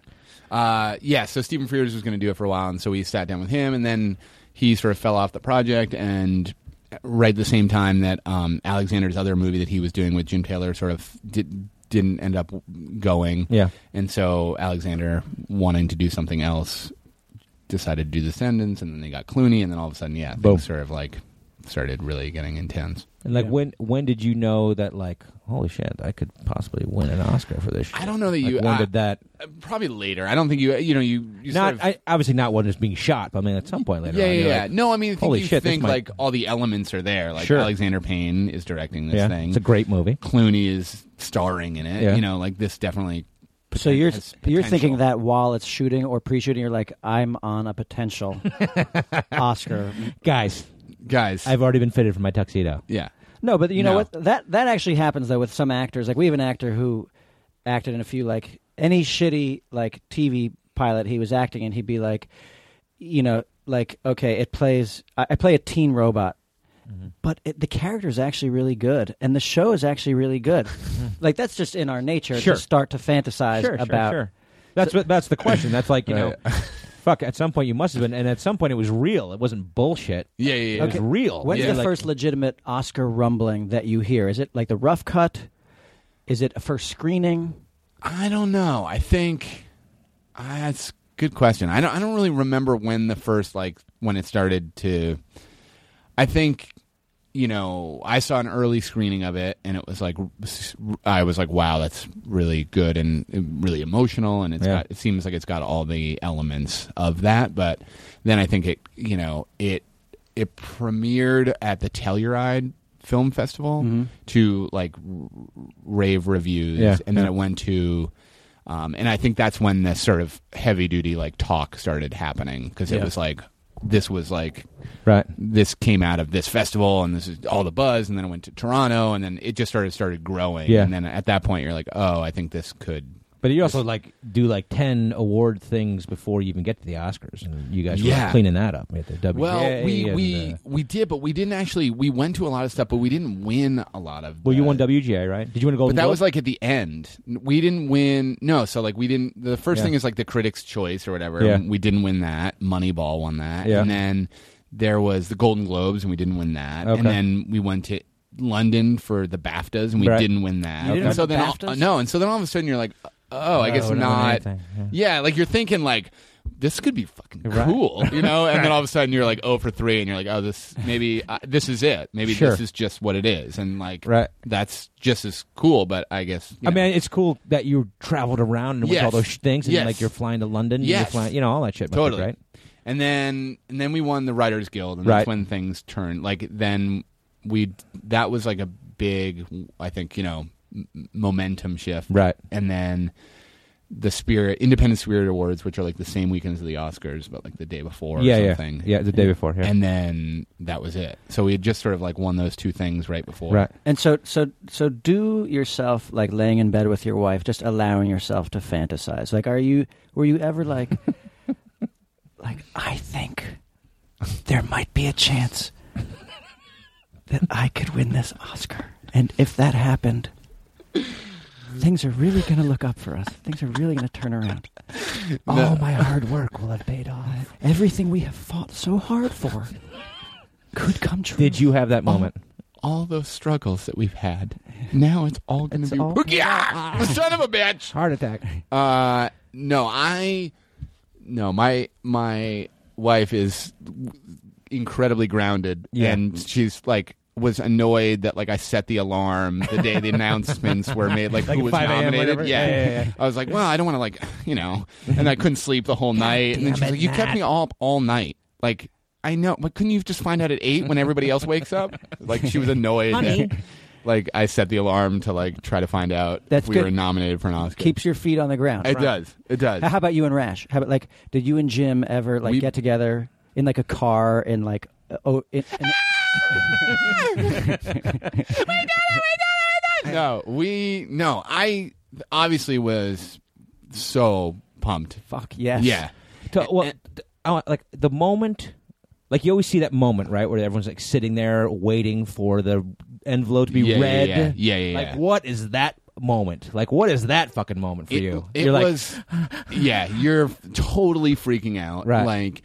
Speaker 5: Uh, yeah, so Stephen Frears was going to do it for a while, and so we sat down with him, and then he sort of fell off the project, and right at the same time that um, Alexander's other movie that he was doing with Jim Taylor sort of did, didn't end up going,
Speaker 3: Yeah.
Speaker 5: and so Alexander, wanting to do something else, decided to do Descendants, and then they got Clooney, and then all of a sudden, yeah, things
Speaker 3: Boom.
Speaker 5: sort of like started really getting intense.
Speaker 3: And like
Speaker 4: Yeah.
Speaker 3: when when did you know that like holy shit I could possibly win an Oscar for this? Shit?
Speaker 5: I don't know that
Speaker 3: Like,
Speaker 5: you-
Speaker 3: when
Speaker 5: I-
Speaker 3: did that
Speaker 5: Uh, Probably later. I don't think you, you know, you, you sort
Speaker 3: not
Speaker 5: of-
Speaker 3: I, obviously not when it's being shot, but I mean at some point later.
Speaker 5: Yeah,
Speaker 3: on,
Speaker 5: yeah,
Speaker 3: you're
Speaker 5: yeah.
Speaker 3: like,
Speaker 5: no, I mean, I think
Speaker 3: "Holy
Speaker 5: you
Speaker 3: shit, this
Speaker 5: think
Speaker 3: might-"
Speaker 5: like all the elements are there. Like
Speaker 3: Sure.
Speaker 5: Alexander Payne is directing this
Speaker 3: yeah.
Speaker 5: thing.
Speaker 3: It's a great movie.
Speaker 5: Clooney is starring in it.
Speaker 3: Yeah.
Speaker 5: You know, like this definitely.
Speaker 4: So you're
Speaker 5: has
Speaker 4: you're
Speaker 5: potential.
Speaker 4: thinking that while it's shooting or pre-shooting, you're like, I'm on a potential Oscar.
Speaker 3: Guys,
Speaker 5: guys.
Speaker 3: I've already been fitted for my tuxedo.
Speaker 5: yeah,
Speaker 4: No, but you know
Speaker 5: No.
Speaker 4: what? That that actually happens though with some actors. Like we have an actor who acted in a few like any shitty like TV pilot he was acting in. He'd be like, you know, like okay, it plays. I, I play a teen robot. But it, the character is actually really good, and the show is actually really good. like that's just in our nature
Speaker 3: Sure.
Speaker 4: to start to fantasize about.
Speaker 3: That's what that's the question. That's like you know, fuck. At some point you must have been, and at some point it was real. It wasn't bullshit.
Speaker 5: yeah, yeah. yeah.
Speaker 3: It was real.
Speaker 4: When's
Speaker 5: Yeah.
Speaker 4: the
Speaker 3: Like,
Speaker 4: first legitimate Oscar rumbling that you hear? Is it like the rough cut? Is it a first screening?
Speaker 5: I don't know. I think ah, that's a good question. I don't. I don't really remember when the first like when it started to. I think. You know, I saw an early screening of it, and it was like I was like, "Wow, that's really good and really emotional." And it's
Speaker 3: Yeah.
Speaker 5: got it seems like it's got all the elements of that. But then I think it, you know, it it premiered at the Telluride Film Festival to like r- rave reviews,
Speaker 3: Mm-hmm. Yeah,
Speaker 5: and then
Speaker 3: yeah.
Speaker 5: it went to um, and I think that's when the sort of heavy duty like talk started happening because it
Speaker 4: Yeah.
Speaker 5: was like this was like
Speaker 3: right?
Speaker 5: this came out of this festival and this is all the buzz and then it went to Toronto and then it just started started growing
Speaker 3: Yeah.
Speaker 5: and then at that point you're like oh I think this could
Speaker 3: But you also like do like ten award things before you even get to the Oscars, and you guys were
Speaker 5: Yeah.
Speaker 3: like, cleaning that up at the WGA.
Speaker 5: well we
Speaker 3: and,
Speaker 5: we
Speaker 3: uh,
Speaker 5: we did but we didn't actually we went to a lot of stuff but we didn't win a lot of
Speaker 3: well, you
Speaker 5: the-
Speaker 3: won WGA, right? Did you win a Golden
Speaker 5: But that
Speaker 3: Globe?
Speaker 5: was like at the end. We didn't win. No, so like we didn't. The first
Speaker 3: Yeah.
Speaker 5: thing is like the Critics' Choice or whatever.
Speaker 3: Yeah.
Speaker 5: We didn't win that. Moneyball won that.
Speaker 3: Yeah.
Speaker 5: And then there was the Golden Globes, and we didn't win that.
Speaker 3: Okay.
Speaker 5: And then we went to London for the BAFTAs, and we
Speaker 3: Right.
Speaker 5: didn't win that.
Speaker 4: You didn't
Speaker 5: And so
Speaker 4: win the
Speaker 5: then
Speaker 4: BAFTAs?
Speaker 5: no, and so then all of a sudden you're like, oh, I
Speaker 3: Oh,
Speaker 5: guess
Speaker 3: we don't win
Speaker 5: not.
Speaker 3: anything. Yeah.
Speaker 5: Yeah, like you're thinking like this could be fucking
Speaker 3: Right.
Speaker 5: cool, you know. And then all of a sudden you're like, oh for three, and you're like, oh this maybe uh, this is it. Maybe
Speaker 3: Sure.
Speaker 5: this is just what it is, and like
Speaker 3: Right.
Speaker 5: that's just as cool. But I guess you
Speaker 3: I
Speaker 5: know.
Speaker 3: mean, it's cool that you traveled around and went
Speaker 5: Yes.
Speaker 3: to all those sh- things, and
Speaker 5: Yes.
Speaker 3: like you're flying to London, and you're
Speaker 5: Yes.
Speaker 3: flying, you know, all that shit. must be
Speaker 5: totally
Speaker 3: great.
Speaker 5: And then and then we won the Writers Guild, and
Speaker 3: Right.
Speaker 5: that's when things turned. Like then we that was like a big, I think you know, m- momentum shift.
Speaker 3: Right.
Speaker 5: and then the Spirit Independent Spirit Awards, which are like the same weekend as the Oscars, but like the day before.
Speaker 3: yeah,
Speaker 5: or
Speaker 3: yeah,
Speaker 5: something.
Speaker 3: yeah. The day before, yeah.
Speaker 5: And then that was it. So we had just sort of like won those two things right before.
Speaker 3: right.
Speaker 4: And so, so, so, do yourself like laying in bed with your wife, just allowing yourself to fantasize. Like, are you? Were you ever like, like I think there might be a chance that I could win this Oscar, and if that happened, things are really going to look up for us. Things are really going to turn around. All my hard work will have paid off. Everything we have fought so hard for could come true.
Speaker 3: Did you
Speaker 5: Oh,
Speaker 3: have that moment?
Speaker 5: All those struggles that we've had, now it's all going
Speaker 4: It's
Speaker 5: to be.
Speaker 4: all-
Speaker 5: Yeah, son of a bitch.
Speaker 3: Heart attack.
Speaker 5: Uh, no, I no my my wife is incredibly grounded,
Speaker 3: Yeah.
Speaker 5: and she's like was annoyed that like I set the alarm the day the announcements were made, like,
Speaker 3: Like
Speaker 5: who was
Speaker 3: 5 a.m.
Speaker 5: nominated.
Speaker 3: whatever.
Speaker 5: Yeah.
Speaker 3: Yeah, yeah, yeah.
Speaker 5: I was like, well, I don't want to like you know, and I couldn't sleep the whole night, and then she's like, you kept me all up all night, like. I know, but couldn't you just find out at eight when everybody else wakes up? Like she was annoyed.
Speaker 1: Honey.
Speaker 5: That, like I set the alarm to like try to find out
Speaker 4: That's
Speaker 5: if we
Speaker 4: good.
Speaker 5: were nominated for an Oscar.
Speaker 4: Keeps your feet on the ground.
Speaker 5: It does. It does.
Speaker 4: How about you and Rash? How about like did you and Jim ever like
Speaker 5: We-
Speaker 4: get together in like a car in like uh, oh in, in,
Speaker 5: no, we no. I obviously was so pumped.
Speaker 4: fuck yes
Speaker 5: Yeah.
Speaker 3: To, well, t- I want- like the moment, like you always see that moment, right, where everyone's like sitting there waiting for the envelope to be
Speaker 5: Yeah, yeah,
Speaker 3: read.
Speaker 5: yeah. Yeah, yeah, yeah.
Speaker 3: Like, what is that moment? Like, what is that fucking moment for
Speaker 5: it,
Speaker 3: you?
Speaker 5: It
Speaker 3: You're like,
Speaker 5: was. yeah, you're totally freaking out.
Speaker 3: Right.
Speaker 5: Like,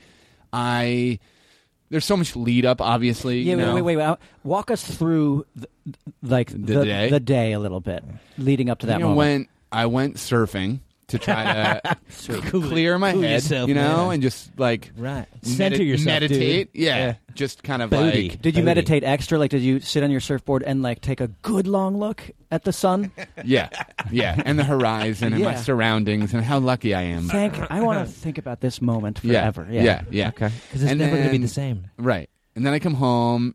Speaker 5: I. There's so much lead up, obviously.
Speaker 4: yeah
Speaker 5: you
Speaker 4: wait,
Speaker 5: know?
Speaker 4: wait wait wait I- walk us through the, like the,
Speaker 5: day?
Speaker 4: the day a little bit leading up to that
Speaker 5: you know,
Speaker 4: moment
Speaker 5: when I went surfing to try to clear my
Speaker 3: cool
Speaker 5: head,
Speaker 3: yourself,
Speaker 5: you know,
Speaker 3: man.
Speaker 5: and just like
Speaker 3: Right.
Speaker 5: medi-
Speaker 3: Center yourself,
Speaker 5: meditate.
Speaker 3: dude.
Speaker 5: Yeah,
Speaker 3: Yeah.
Speaker 5: just kind of
Speaker 3: Booty.
Speaker 5: like
Speaker 4: did you
Speaker 3: Booty.
Speaker 4: meditate extra like did you sit on your surfboard and like take a good long look at the sun
Speaker 5: yeah, yeah, and the horizon and my
Speaker 4: Yeah.
Speaker 5: surroundings and how lucky I am.
Speaker 4: thank I want to think about this moment
Speaker 5: yeah,
Speaker 4: forever
Speaker 5: yeah, yeah,
Speaker 3: okay, because it's
Speaker 5: And
Speaker 3: never going to be
Speaker 5: then-
Speaker 3: the same.
Speaker 5: Right. And then I come home.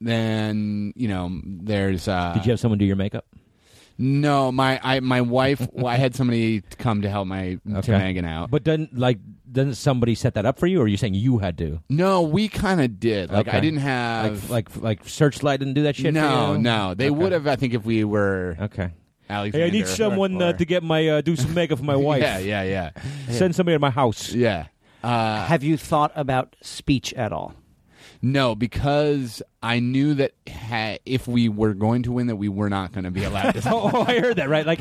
Speaker 5: Then you know, there's uh,
Speaker 3: Did you have someone do your makeup?
Speaker 5: no my I my wife. well, I had somebody come to help my to
Speaker 3: Okay.
Speaker 5: Megan out.
Speaker 3: But doesn't like doesn't somebody set that up for you, or are you saying you had to?
Speaker 5: no, we kind of did. Like
Speaker 3: Okay.
Speaker 5: I didn't have
Speaker 3: like like like Searchlight didn't do that shit.
Speaker 5: no
Speaker 3: for you?
Speaker 5: no. They
Speaker 3: Okay.
Speaker 5: would have. I think if we were
Speaker 3: Okay.
Speaker 5: Alexander. or- or-
Speaker 3: get my uh, do some makeup for my
Speaker 5: Yeah yeah yeah
Speaker 3: Send somebody to my house.
Speaker 5: yeah. Uh,
Speaker 4: have you thought about speech at all
Speaker 5: no, because I knew that ha- if we were going to win, that we were not going to be allowed to.
Speaker 3: oh, I heard that right. Like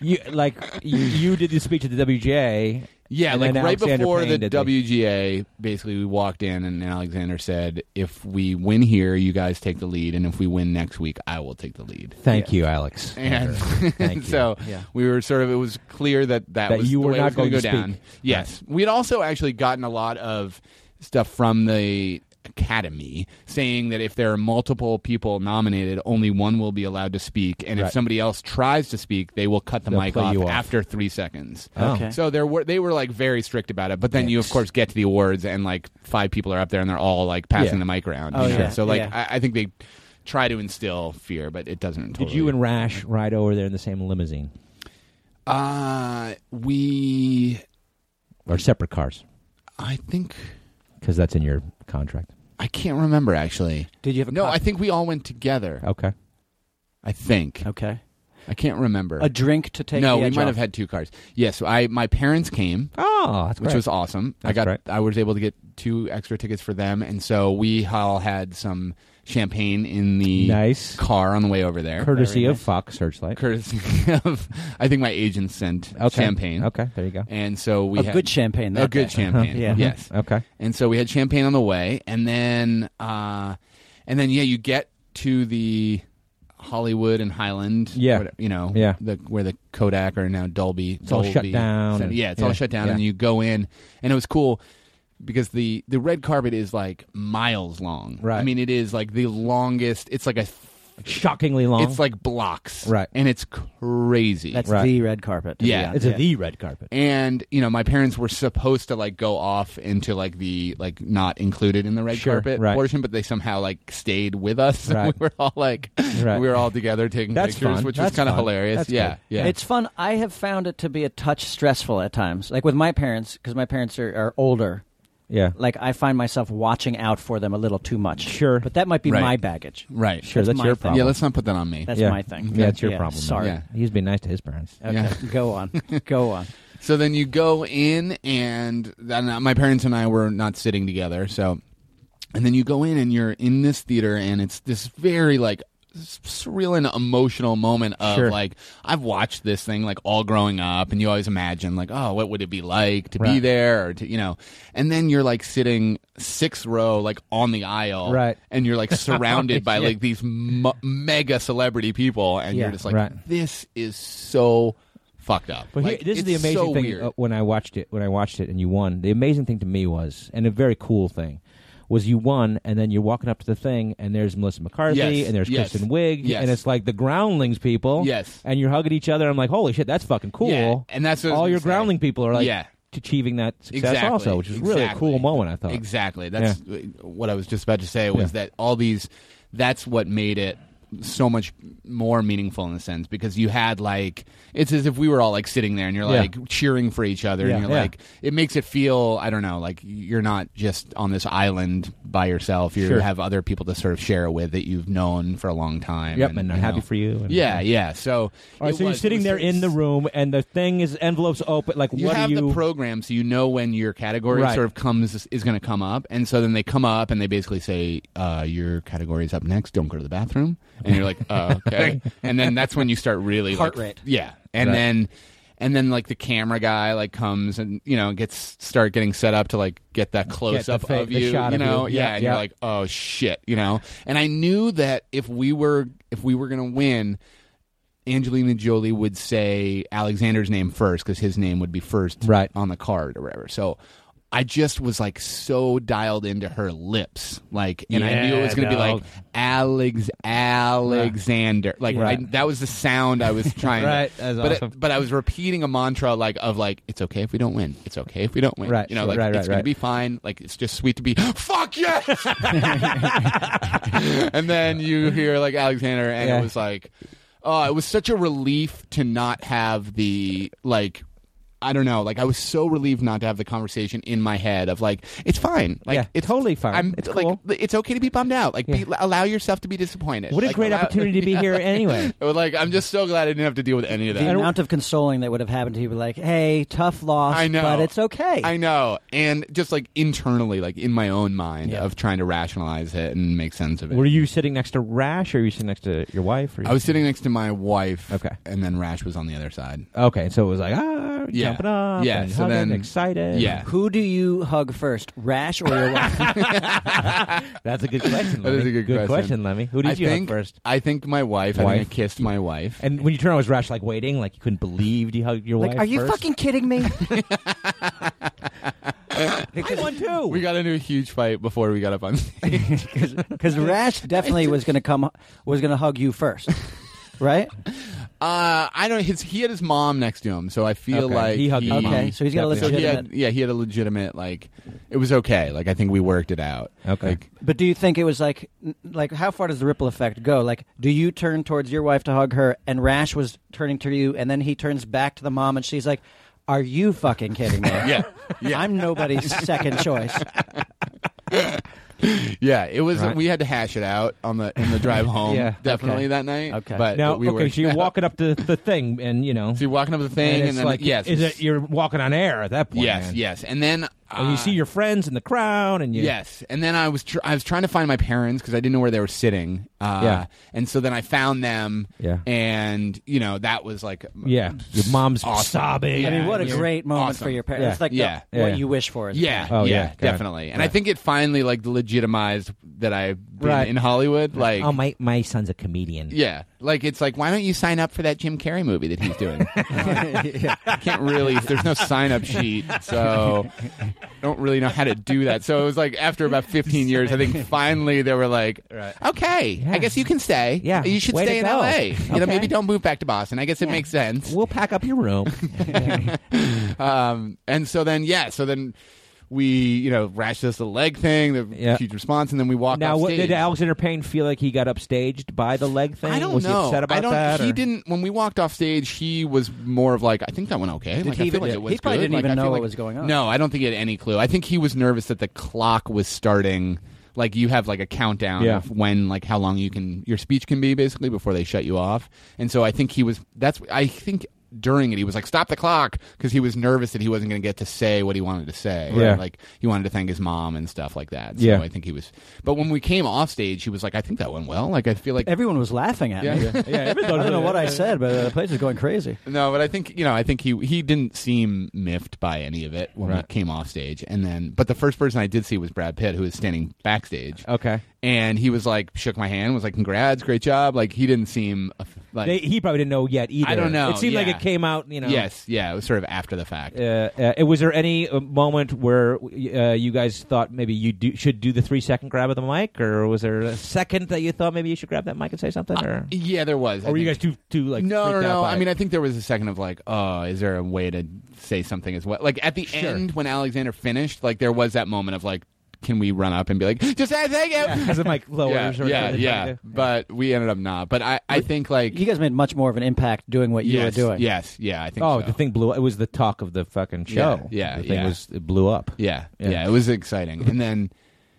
Speaker 3: you, like you, you did the speech at the WGA.
Speaker 5: Yeah,
Speaker 3: and
Speaker 5: like
Speaker 3: then
Speaker 5: right
Speaker 3: Alexander
Speaker 5: before
Speaker 3: Payne
Speaker 5: the
Speaker 3: did
Speaker 5: WGA, basically we walked in and Alexander said, "If we win here, you guys take the lead, and if we win next week, I will take the lead."
Speaker 3: Thank you, Alex.
Speaker 5: And
Speaker 3: Thank you.
Speaker 5: so we were sort of it was clear that that,
Speaker 3: That
Speaker 5: was
Speaker 3: you
Speaker 5: the
Speaker 3: were
Speaker 5: way it
Speaker 3: not
Speaker 5: was gonna
Speaker 3: going
Speaker 5: go
Speaker 3: to
Speaker 5: down.
Speaker 3: speak.
Speaker 5: Yes, we had also actually gotten a lot of stuff from the academy saying that if there are multiple people nominated, only one will be allowed to speak, and
Speaker 3: Right.
Speaker 5: if somebody else tries to speak, they will cut the
Speaker 3: They'll
Speaker 5: mic
Speaker 3: play
Speaker 5: off,
Speaker 3: you off.
Speaker 5: after three seconds.
Speaker 3: Oh.
Speaker 4: Okay.
Speaker 5: So there were they were like very strict about it, but then you of course get to the awards and like five people are up there and they're all like passing
Speaker 3: Yeah.
Speaker 5: the mic around.
Speaker 4: Oh,
Speaker 5: you know?
Speaker 4: yeah.
Speaker 5: So like
Speaker 4: Yeah.
Speaker 5: I, I think they try to instill fear, but it doesn't.
Speaker 3: Did you and Rash ride over there in the same limousine
Speaker 5: uh we?
Speaker 3: or separate cars?
Speaker 5: I think
Speaker 3: Because that's in your contract.
Speaker 5: I can't remember actually.
Speaker 4: did you have a
Speaker 5: No,
Speaker 4: cop-
Speaker 5: I think we all went together.
Speaker 3: Okay.
Speaker 5: I think
Speaker 4: okay
Speaker 5: I can't remember.
Speaker 4: a drink to take
Speaker 5: no,
Speaker 4: the
Speaker 5: we
Speaker 4: edge
Speaker 5: might
Speaker 4: off.
Speaker 5: have had two cars. Yes, I my parents came.
Speaker 3: Oh, that's
Speaker 5: which was awesome. I
Speaker 3: That's
Speaker 5: got
Speaker 3: great.
Speaker 5: I was able to get two extra tickets for them, and so we all had some champagne in the
Speaker 3: Nice.
Speaker 5: car on the way over there.
Speaker 3: courtesy
Speaker 4: Very
Speaker 3: of Fox Searchlight.
Speaker 5: Courtesy of I think my agent sent
Speaker 3: okay.
Speaker 5: champagne.
Speaker 3: Okay, there you go.
Speaker 5: And so we
Speaker 4: a
Speaker 5: had
Speaker 4: good champagne
Speaker 5: a
Speaker 4: that
Speaker 5: good
Speaker 4: day.
Speaker 5: champagne.
Speaker 4: Yeah.
Speaker 5: Yes.
Speaker 3: Okay.
Speaker 5: And so we had champagne on the way, and then, uh, and then yeah, you get to the Hollywood and Highland,
Speaker 3: Yeah.
Speaker 5: what- you know,
Speaker 3: Yeah.
Speaker 5: the, where the Kodak are now Dolby.
Speaker 3: It's all shut
Speaker 5: Dolby
Speaker 3: down
Speaker 5: Center.
Speaker 3: and-
Speaker 5: yeah, it's
Speaker 3: yeah,
Speaker 5: all shut down,
Speaker 3: yeah.
Speaker 5: and you go in, and it was cool because the the red carpet is like miles long.
Speaker 3: Right.
Speaker 5: I mean, it is like the longest. It's like a
Speaker 3: shockingly long.
Speaker 5: It's like blocks,
Speaker 3: Right.
Speaker 5: And it's crazy.
Speaker 4: That's
Speaker 3: Right.
Speaker 4: the red carpet. to be
Speaker 5: Yeah.
Speaker 4: honest.
Speaker 3: it's a the red carpet.
Speaker 5: and you know my parents were supposed to like go off into like the like not included in the red
Speaker 3: Sure,
Speaker 5: carpet
Speaker 3: right.
Speaker 5: portion but they somehow like stayed with us
Speaker 3: Right.
Speaker 5: we were all like
Speaker 3: Right.
Speaker 5: we were all together taking
Speaker 3: That's
Speaker 5: pictures
Speaker 3: fun.
Speaker 5: which
Speaker 3: That's
Speaker 5: was kind of
Speaker 3: fun.
Speaker 5: hilarious
Speaker 3: That's
Speaker 5: yeah
Speaker 3: good.
Speaker 5: yeah
Speaker 4: It's fun. I have found it to be a touch stressful at times. Like with my parents, because my parents are, are older.
Speaker 3: Yeah,
Speaker 4: Like I find myself watching out for them a little too much.
Speaker 3: Sure.
Speaker 4: but that might be
Speaker 5: Right.
Speaker 4: my baggage.
Speaker 5: right
Speaker 3: sure. That's,
Speaker 4: my
Speaker 3: your
Speaker 4: thing.
Speaker 3: problem.
Speaker 5: yeah let's not put that on me
Speaker 4: That's
Speaker 3: Yeah.
Speaker 4: my thing.
Speaker 3: Yeah, it's your problem. man.
Speaker 4: Sorry.
Speaker 5: Yeah.
Speaker 3: He's been nice to his parents.
Speaker 4: Okay,
Speaker 5: Yeah.
Speaker 4: go on, go on.
Speaker 5: so then you go in and then my parents and i were not sitting together so and then you go in and you're in this theater and it's this very like s- surreal and emotional moment of
Speaker 3: Sure.
Speaker 5: like i've watched this thing like all growing up and you always imagine like oh what would it be like to be
Speaker 3: Right.
Speaker 5: there or to you know and then you're like sitting sixth row like on the aisle
Speaker 3: Right.
Speaker 5: and you're like surrounded by like these m- mega celebrity people and
Speaker 4: Yeah.
Speaker 5: you're just like
Speaker 3: Right.
Speaker 5: this is so fucked up
Speaker 3: But here-
Speaker 5: Like,
Speaker 3: this is the
Speaker 5: it's
Speaker 3: amazing
Speaker 5: so
Speaker 3: thing
Speaker 5: weird.
Speaker 3: uh, when I watched it. When I watched it, and you won, the amazing thing to me was, and a very cool thing, was you won, and then you're walking up to the thing, and there's Melissa McCarthy,
Speaker 5: Yes,
Speaker 3: and there's
Speaker 5: yes,
Speaker 3: Kristen Wiig,
Speaker 5: yes.
Speaker 3: and it's like the Groundlings people.
Speaker 5: Yes.
Speaker 3: and you're hugging each other. I'm like, holy shit, that's fucking cool.
Speaker 5: Yeah, and that's what I was
Speaker 3: all
Speaker 5: gonna
Speaker 3: your
Speaker 5: say.
Speaker 3: Groundling people are like
Speaker 5: Yeah.
Speaker 3: achieving that success
Speaker 5: exactly.
Speaker 3: also, which is really a
Speaker 5: Exactly.
Speaker 3: cool moment. I thought.
Speaker 5: Exactly. That's what I was just about to say was that all these that's what made it so much more meaningful in a sense because you had like it's as if we were all like sitting there and you're
Speaker 3: Yeah.
Speaker 5: like cheering for each other
Speaker 3: Yeah.
Speaker 5: and you're
Speaker 3: Yeah.
Speaker 5: like it makes it feel I don't know like you're not just on this island by yourself you
Speaker 3: Sure.
Speaker 5: have other people to sort of share with that you've known for a long time
Speaker 3: Yep, and they're
Speaker 5: you
Speaker 3: happy
Speaker 5: know.
Speaker 3: for you. and-
Speaker 5: yeah yeah so
Speaker 3: All right,
Speaker 5: it
Speaker 3: so you're
Speaker 5: was- it
Speaker 3: sitting
Speaker 5: was
Speaker 3: there
Speaker 5: sort of
Speaker 3: in the room, and the thing is envelopes open. Like,
Speaker 5: you
Speaker 3: what
Speaker 5: have
Speaker 3: do you?
Speaker 5: the program so you know when your category
Speaker 3: Right.
Speaker 5: sort of comes is going to come up and so then they come up and they basically say uh, your category is up next don't go to the bathroom and you're like uh, okay and then that's when you start really
Speaker 4: Heart
Speaker 5: like,
Speaker 4: rate.
Speaker 5: yeah and
Speaker 3: Right.
Speaker 5: then and then like the camera guy like comes and you know gets start getting set up to like get that close up
Speaker 3: fa-
Speaker 5: of
Speaker 3: the
Speaker 5: you
Speaker 3: shot
Speaker 5: you
Speaker 3: of
Speaker 5: know
Speaker 3: you.
Speaker 5: yeah,
Speaker 3: Yeah,
Speaker 5: and
Speaker 3: yeah.
Speaker 5: you're like oh shit you know and i knew that if we were if we were going to win Angelina Jolie would say Alexander's name first because his name would be first
Speaker 3: Right.
Speaker 5: on the card or whatever. So I just was like so dialed into her lips, like, and I knew it was
Speaker 3: Yeah,
Speaker 5: going to be
Speaker 3: dog.
Speaker 5: like Alex Alexander, like I,
Speaker 3: Right.
Speaker 5: that was the sound I was trying.
Speaker 3: Right,
Speaker 5: to,
Speaker 3: that's
Speaker 5: but
Speaker 3: awesome.
Speaker 5: but I was repeating a mantra like of like it's okay if we don't win, it's okay if we don't win,
Speaker 3: Right,
Speaker 5: You know,
Speaker 3: sure.
Speaker 5: like
Speaker 3: Right, right,
Speaker 5: it's going
Speaker 3: right.
Speaker 5: to be fine. Like it's just sweet to be fuck yes. and then you hear like Alexander, and
Speaker 3: Yeah.
Speaker 5: it was like, oh, it was such a relief to not have the like. I don't know. Like I was so relieved not to have the conversation in my head of like it's fine. Like
Speaker 3: Yeah,
Speaker 5: it's
Speaker 3: totally fine.
Speaker 5: I'm
Speaker 3: It's
Speaker 5: like
Speaker 3: cool.
Speaker 5: it's okay to be bummed out. Like be,
Speaker 3: Yeah.
Speaker 5: allow yourself to be disappointed.
Speaker 3: what a
Speaker 5: Like,
Speaker 3: great
Speaker 5: allow-
Speaker 3: opportunity to be here anyway.
Speaker 5: It was like I'm just so glad I didn't have to deal with any of
Speaker 4: The
Speaker 5: that.
Speaker 4: amount of consoling that would have happened to you, would be like, hey, tough loss,
Speaker 5: I know.
Speaker 4: but it's okay.
Speaker 5: I know. And just like internally, like in my own mind
Speaker 4: Yeah.
Speaker 5: of trying to rationalize it and make sense of it.
Speaker 3: Were you sitting next to Rash, or were you sitting next to your wife? Or
Speaker 5: I was sitting next to my wife.
Speaker 3: Okay.
Speaker 5: And then Rash was on the other side.
Speaker 3: Okay, so it was like ah,
Speaker 5: Yeah.
Speaker 3: jumping up,
Speaker 5: Yeah,
Speaker 3: and
Speaker 5: so
Speaker 3: hugging,
Speaker 5: then-
Speaker 3: excited.
Speaker 5: Yeah.
Speaker 4: Who do you hug first, Rash or your wife?
Speaker 3: that's a good question.
Speaker 5: That is
Speaker 3: Lemmy.
Speaker 5: a good
Speaker 3: good
Speaker 5: question.
Speaker 3: Lemmy. Who did
Speaker 5: I
Speaker 3: you
Speaker 5: think,
Speaker 3: hug first?
Speaker 5: I think my wife. I
Speaker 3: Wife.
Speaker 5: think I kissed my wife.
Speaker 3: And when you turn around, was Rash like waiting, like you couldn't believe you hugged your
Speaker 4: like,
Speaker 3: wife?
Speaker 4: are you
Speaker 3: first?
Speaker 4: fucking kidding me?
Speaker 3: I won too.
Speaker 5: We got into a huge fight before we got up on stage.
Speaker 4: Because Rash definitely was going to come, was going to hug you first, right?
Speaker 5: Uh, I don't. His he had his mom next to him, so I feel
Speaker 3: Okay,
Speaker 5: like
Speaker 3: he hugged his mom.
Speaker 4: Okay, so he's got a
Speaker 5: So
Speaker 4: legit-
Speaker 5: he had, yeah, he had a legitimate like. It was okay. Like I think we worked it out.
Speaker 3: Okay.
Speaker 5: Like,
Speaker 4: But do you think it was like, like how far does the ripple effect go? Like, do you turn towards your wife to hug her, and Rash was turning to you, and then he turns back to the mom, and she's like, "Are you fucking kidding me?
Speaker 5: yeah, yeah,
Speaker 4: I'm nobody's second choice."
Speaker 5: yeah. It was.
Speaker 3: Right.
Speaker 5: We had to hash it out on the in the drive home.
Speaker 3: Yeah,
Speaker 5: definitely
Speaker 4: okay.
Speaker 5: that night.
Speaker 4: Okay.
Speaker 5: But
Speaker 3: now?
Speaker 5: but we
Speaker 3: okay,
Speaker 5: worked
Speaker 3: so you're
Speaker 5: it out.
Speaker 3: walking up to the thing, and you know,
Speaker 5: So you're walking up the thing,
Speaker 3: and
Speaker 5: and,
Speaker 3: it's
Speaker 5: then
Speaker 3: like,
Speaker 5: yes,
Speaker 3: is it you're walking on air at that point?
Speaker 5: yes,
Speaker 3: man.
Speaker 5: yes, and then
Speaker 3: And you
Speaker 5: uh,
Speaker 3: see your friends in the crowd, and you
Speaker 5: Yes, and then I was tr- I was trying to find my parents because I didn't know where they were sitting. Uh,
Speaker 3: Yeah.
Speaker 5: and so then I found them.
Speaker 3: Yeah.
Speaker 5: and you know that was like
Speaker 3: yeah, your mom's
Speaker 5: Awesome.
Speaker 3: sobbing.
Speaker 5: Yeah.
Speaker 4: I mean, what a
Speaker 5: Yeah.
Speaker 4: great moment
Speaker 5: Awesome.
Speaker 4: for your parents.
Speaker 3: Yeah.
Speaker 4: It's like the-
Speaker 5: Yeah.
Speaker 4: what
Speaker 3: Yeah.
Speaker 4: you wish for. Is
Speaker 5: yeah,
Speaker 3: Oh, yeah,
Speaker 5: yeah,
Speaker 3: got it.
Speaker 5: definitely. And I think it finally like legitimized that I've been
Speaker 3: Right.
Speaker 5: in Hollywood. Like,
Speaker 3: oh, my my son's a comedian.
Speaker 5: yeah, like it's like why don't you sign up for that Jim Carrey movie that he's doing? Can't really. There's no sign up sheet, so I don't really know how to do that. So it was like after about 15 years, I think finally they were like, okay, I guess you can stay.
Speaker 3: Yeah.
Speaker 5: you should
Speaker 3: Way
Speaker 5: stay
Speaker 3: to
Speaker 5: in
Speaker 3: go.
Speaker 5: L.A. You know,
Speaker 3: Okay.
Speaker 5: maybe don't move back to Boston. I guess it makes sense.
Speaker 3: We'll pack up your room.
Speaker 5: um, and so then yeah, so then we you know rash this little leg thing, the
Speaker 3: Yeah.
Speaker 5: huge response, and then we walk.
Speaker 3: now,
Speaker 5: off
Speaker 3: what,
Speaker 5: stage.
Speaker 3: did Alexander Payne feel like he got upstaged by the leg thing?
Speaker 5: I don't
Speaker 3: was
Speaker 5: know.
Speaker 3: He upset about
Speaker 5: I don't.
Speaker 3: that.
Speaker 5: he
Speaker 3: or-
Speaker 5: didn't. When we walked off stage, he was more of like, I think that went okay. like,
Speaker 4: he
Speaker 5: I feel
Speaker 4: even-
Speaker 5: like it was
Speaker 4: he probably
Speaker 5: good.
Speaker 4: didn't
Speaker 5: Like,
Speaker 4: even
Speaker 5: I feel
Speaker 4: know what
Speaker 5: like-
Speaker 4: was going on.
Speaker 5: No, I don't think he had any clue. I think he was nervous that the clock was starting. Like you have like a countdown
Speaker 3: Yeah.
Speaker 5: of when like how long you can your speech can be basically before they shut you off. And so I think he was. That's I think during it he was like stop the clock because he was nervous that he wasn't going to get to say what he wanted to say
Speaker 3: Yeah.
Speaker 5: like he wanted to thank his mom and stuff like that so
Speaker 3: Yeah.
Speaker 5: i think he was but when we came off stage he was like i think that went well like i feel like
Speaker 4: Everyone was laughing at
Speaker 5: Yeah,
Speaker 4: me.
Speaker 5: yeah.
Speaker 3: Yeah,
Speaker 4: I don't know what I said, but uh, the place was going crazy.
Speaker 5: No, but I think you know. I think he he didn't seem miffed by any of it when we
Speaker 3: Right.
Speaker 5: came off stage, and then but the first person I did see was Brad Pitt, who was standing backstage.
Speaker 3: Okay.
Speaker 5: and he was like shook my hand, was like congrats, great job. Like he didn't seem uh, like
Speaker 3: They, he probably didn't know yet either.
Speaker 5: I don't know,
Speaker 3: It seemed like
Speaker 5: yeah.
Speaker 3: it came out. You know.
Speaker 5: yes, yeah. It was sort of after the fact.
Speaker 3: Uh, uh, was there any uh, moment where uh, you guys thought maybe you do, should do the three second grab of the mic, or was there a second that you thought maybe you should grab that mic and say something, or,
Speaker 5: yeah, there was. I
Speaker 3: or were you guys
Speaker 5: think.
Speaker 3: too too like
Speaker 5: no, no,
Speaker 3: freaked out
Speaker 5: no.
Speaker 3: by
Speaker 5: I
Speaker 3: it?
Speaker 5: mean, I think there was a second of like, oh, is there a way to say something as well? Like at the end when Alexander finished, like there was that moment of like, can we run up and be like, just say thank you?
Speaker 3: because the mic lowers.
Speaker 5: yeah,
Speaker 3: or
Speaker 5: yeah,
Speaker 3: something.
Speaker 5: yeah. But we ended up not. But I, I think like
Speaker 4: You guys made much more of an impact doing what you
Speaker 5: yes,
Speaker 4: were doing.
Speaker 5: Yes, yeah, I think.
Speaker 3: Oh,
Speaker 5: so.
Speaker 3: the thing blew. It was the talk of the fucking show.
Speaker 5: yeah,
Speaker 3: the thing
Speaker 5: yeah.
Speaker 3: was it blew up.
Speaker 5: Yeah, yeah,
Speaker 3: Yeah.
Speaker 5: it was exciting. And then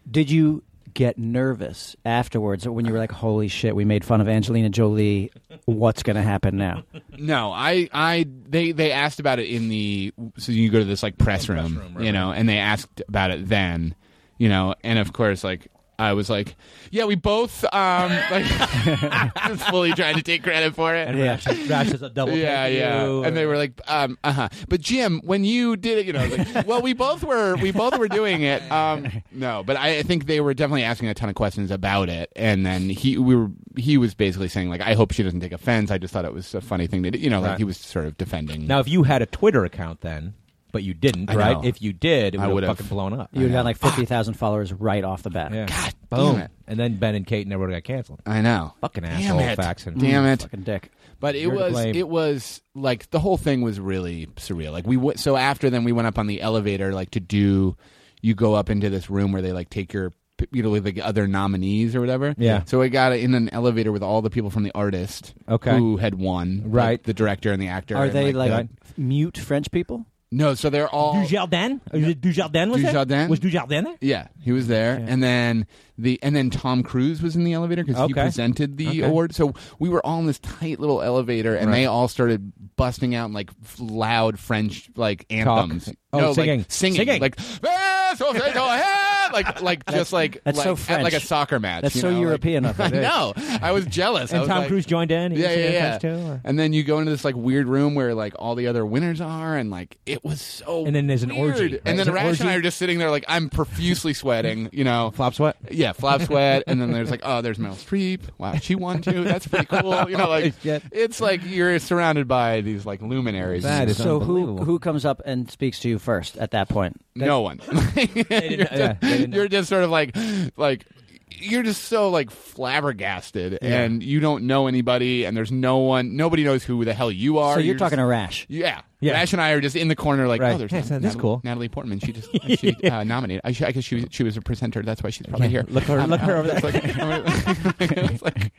Speaker 4: Did you get nervous afterwards when you were like, "Holy shit, we made fun of Angelina Jolie. What's going to happen now?"
Speaker 5: no, I, I, they, they asked about it in the. So you go to this like press room, you know, and they asked about it then, you know, and of course like. I was like, yeah, we both um like just fully trying to take credit for it.
Speaker 3: And Rash, Rash is a double.
Speaker 5: yeah,
Speaker 3: take
Speaker 5: yeah.
Speaker 3: you,
Speaker 5: And they were like, um, uh huh. But Jim, when you did it, you know, I was like, well, we both were, we both were doing it. Um, no, but I, I think they were definitely asking a ton of questions about it, and then he, we were, he was basically saying like, I hope she doesn't take offense. I just thought it was a funny thing to, do. you know, like
Speaker 3: Right.
Speaker 5: he was sort of defending.
Speaker 3: Now, if you had a Twitter account then, but you didn't,
Speaker 5: I
Speaker 3: right?
Speaker 5: know.
Speaker 3: If you did, it
Speaker 5: I
Speaker 3: would
Speaker 5: would've.
Speaker 3: have fucking blown up.
Speaker 4: You would have got like fifty thousand followers right off the bat.
Speaker 3: Yeah.
Speaker 5: God
Speaker 3: Boom.
Speaker 5: damn it!
Speaker 3: And then Ben and Kate never got canceled.
Speaker 5: I know.
Speaker 3: Fucking
Speaker 5: damn
Speaker 3: asshole
Speaker 5: it.
Speaker 3: faxing.
Speaker 5: Damn it.
Speaker 4: Mm, Fucking dick.
Speaker 5: But it
Speaker 3: You're to
Speaker 5: was
Speaker 3: blame.
Speaker 5: it was like the whole thing was really surreal. Like we w- so after then we went up on the elevator like to do you go up into this room where they like take your you know with the other nominees or whatever.
Speaker 3: Yeah.
Speaker 5: So we got in an elevator with all the people from the artist
Speaker 3: Okay.
Speaker 5: who had won, like,
Speaker 3: Right.
Speaker 5: the director and the actor.
Speaker 4: Are
Speaker 5: and,
Speaker 4: they like,
Speaker 5: the-
Speaker 4: mute French people?
Speaker 5: no? So they're all
Speaker 3: Dujardin? Is it Dujardin was
Speaker 5: Dujardin?
Speaker 3: it? Was Dujardin there?
Speaker 5: Yeah, he was there, and then the and then Tom Cruise was in the elevator because he
Speaker 3: Okay.
Speaker 5: presented the
Speaker 3: Okay.
Speaker 5: award. So we were all in this tight little elevator, and
Speaker 3: Right.
Speaker 5: they all started busting out like f- loud French like anthems,
Speaker 3: Oh,
Speaker 5: No, like,
Speaker 3: singing.
Speaker 5: singing,
Speaker 3: Singing.
Speaker 5: like "Yes, oh, say so, hey!" like like just like
Speaker 4: that's
Speaker 5: like,
Speaker 4: so
Speaker 5: at,
Speaker 4: French.
Speaker 5: like a soccer match.
Speaker 4: That's
Speaker 5: you
Speaker 4: so
Speaker 5: know, like-
Speaker 4: European of
Speaker 5: I
Speaker 4: it.
Speaker 5: know. I was jealous. I
Speaker 3: And
Speaker 5: was
Speaker 3: Tom
Speaker 5: like-
Speaker 3: Cruise joined in. He
Speaker 5: yeah,
Speaker 3: was
Speaker 5: yeah,
Speaker 3: singing
Speaker 5: yeah.
Speaker 3: French too, or-
Speaker 5: And then you go into this like weird room where like all the other winners are, and like it was so.
Speaker 3: And then there's an
Speaker 5: weird.
Speaker 3: orgy, right?
Speaker 5: And
Speaker 3: Is
Speaker 5: then
Speaker 3: it
Speaker 5: Rash and I
Speaker 3: orgy?
Speaker 5: are just sitting there like I'm profusely sweating, you know.
Speaker 3: Flop sweat.
Speaker 5: Yeah, flop sweat, and then there's like, oh, there's Meryl Streep. Wow, she won too. That's pretty cool. You know, like
Speaker 3: Shit.
Speaker 5: it's like you're surrounded by these like luminaries.
Speaker 3: That is
Speaker 4: So who
Speaker 3: unbelievable.
Speaker 4: who comes up and speaks to you first at that point?
Speaker 5: no one.
Speaker 3: didn't- yeah, they didn't know.
Speaker 5: you're just sort of like like you're just so like flabbergasted, and you don't know anybody, and there's no one. Nobody knows who the hell you are.
Speaker 4: so you're,
Speaker 5: just-
Speaker 4: talking to Rash.
Speaker 5: Yeah.
Speaker 3: Yeah.
Speaker 5: Rash and I are just in the corner, like,
Speaker 3: Right.
Speaker 5: oh, there's
Speaker 3: Hey,
Speaker 5: Nat-
Speaker 3: so that's
Speaker 5: Natalie,
Speaker 3: cool.
Speaker 5: Natalie Portman. She just she, uh, nominated. I, she, I guess she was, she was a presenter. That's why she's probably here. Um,
Speaker 3: Look her, look her over there.
Speaker 5: It's like, it's like-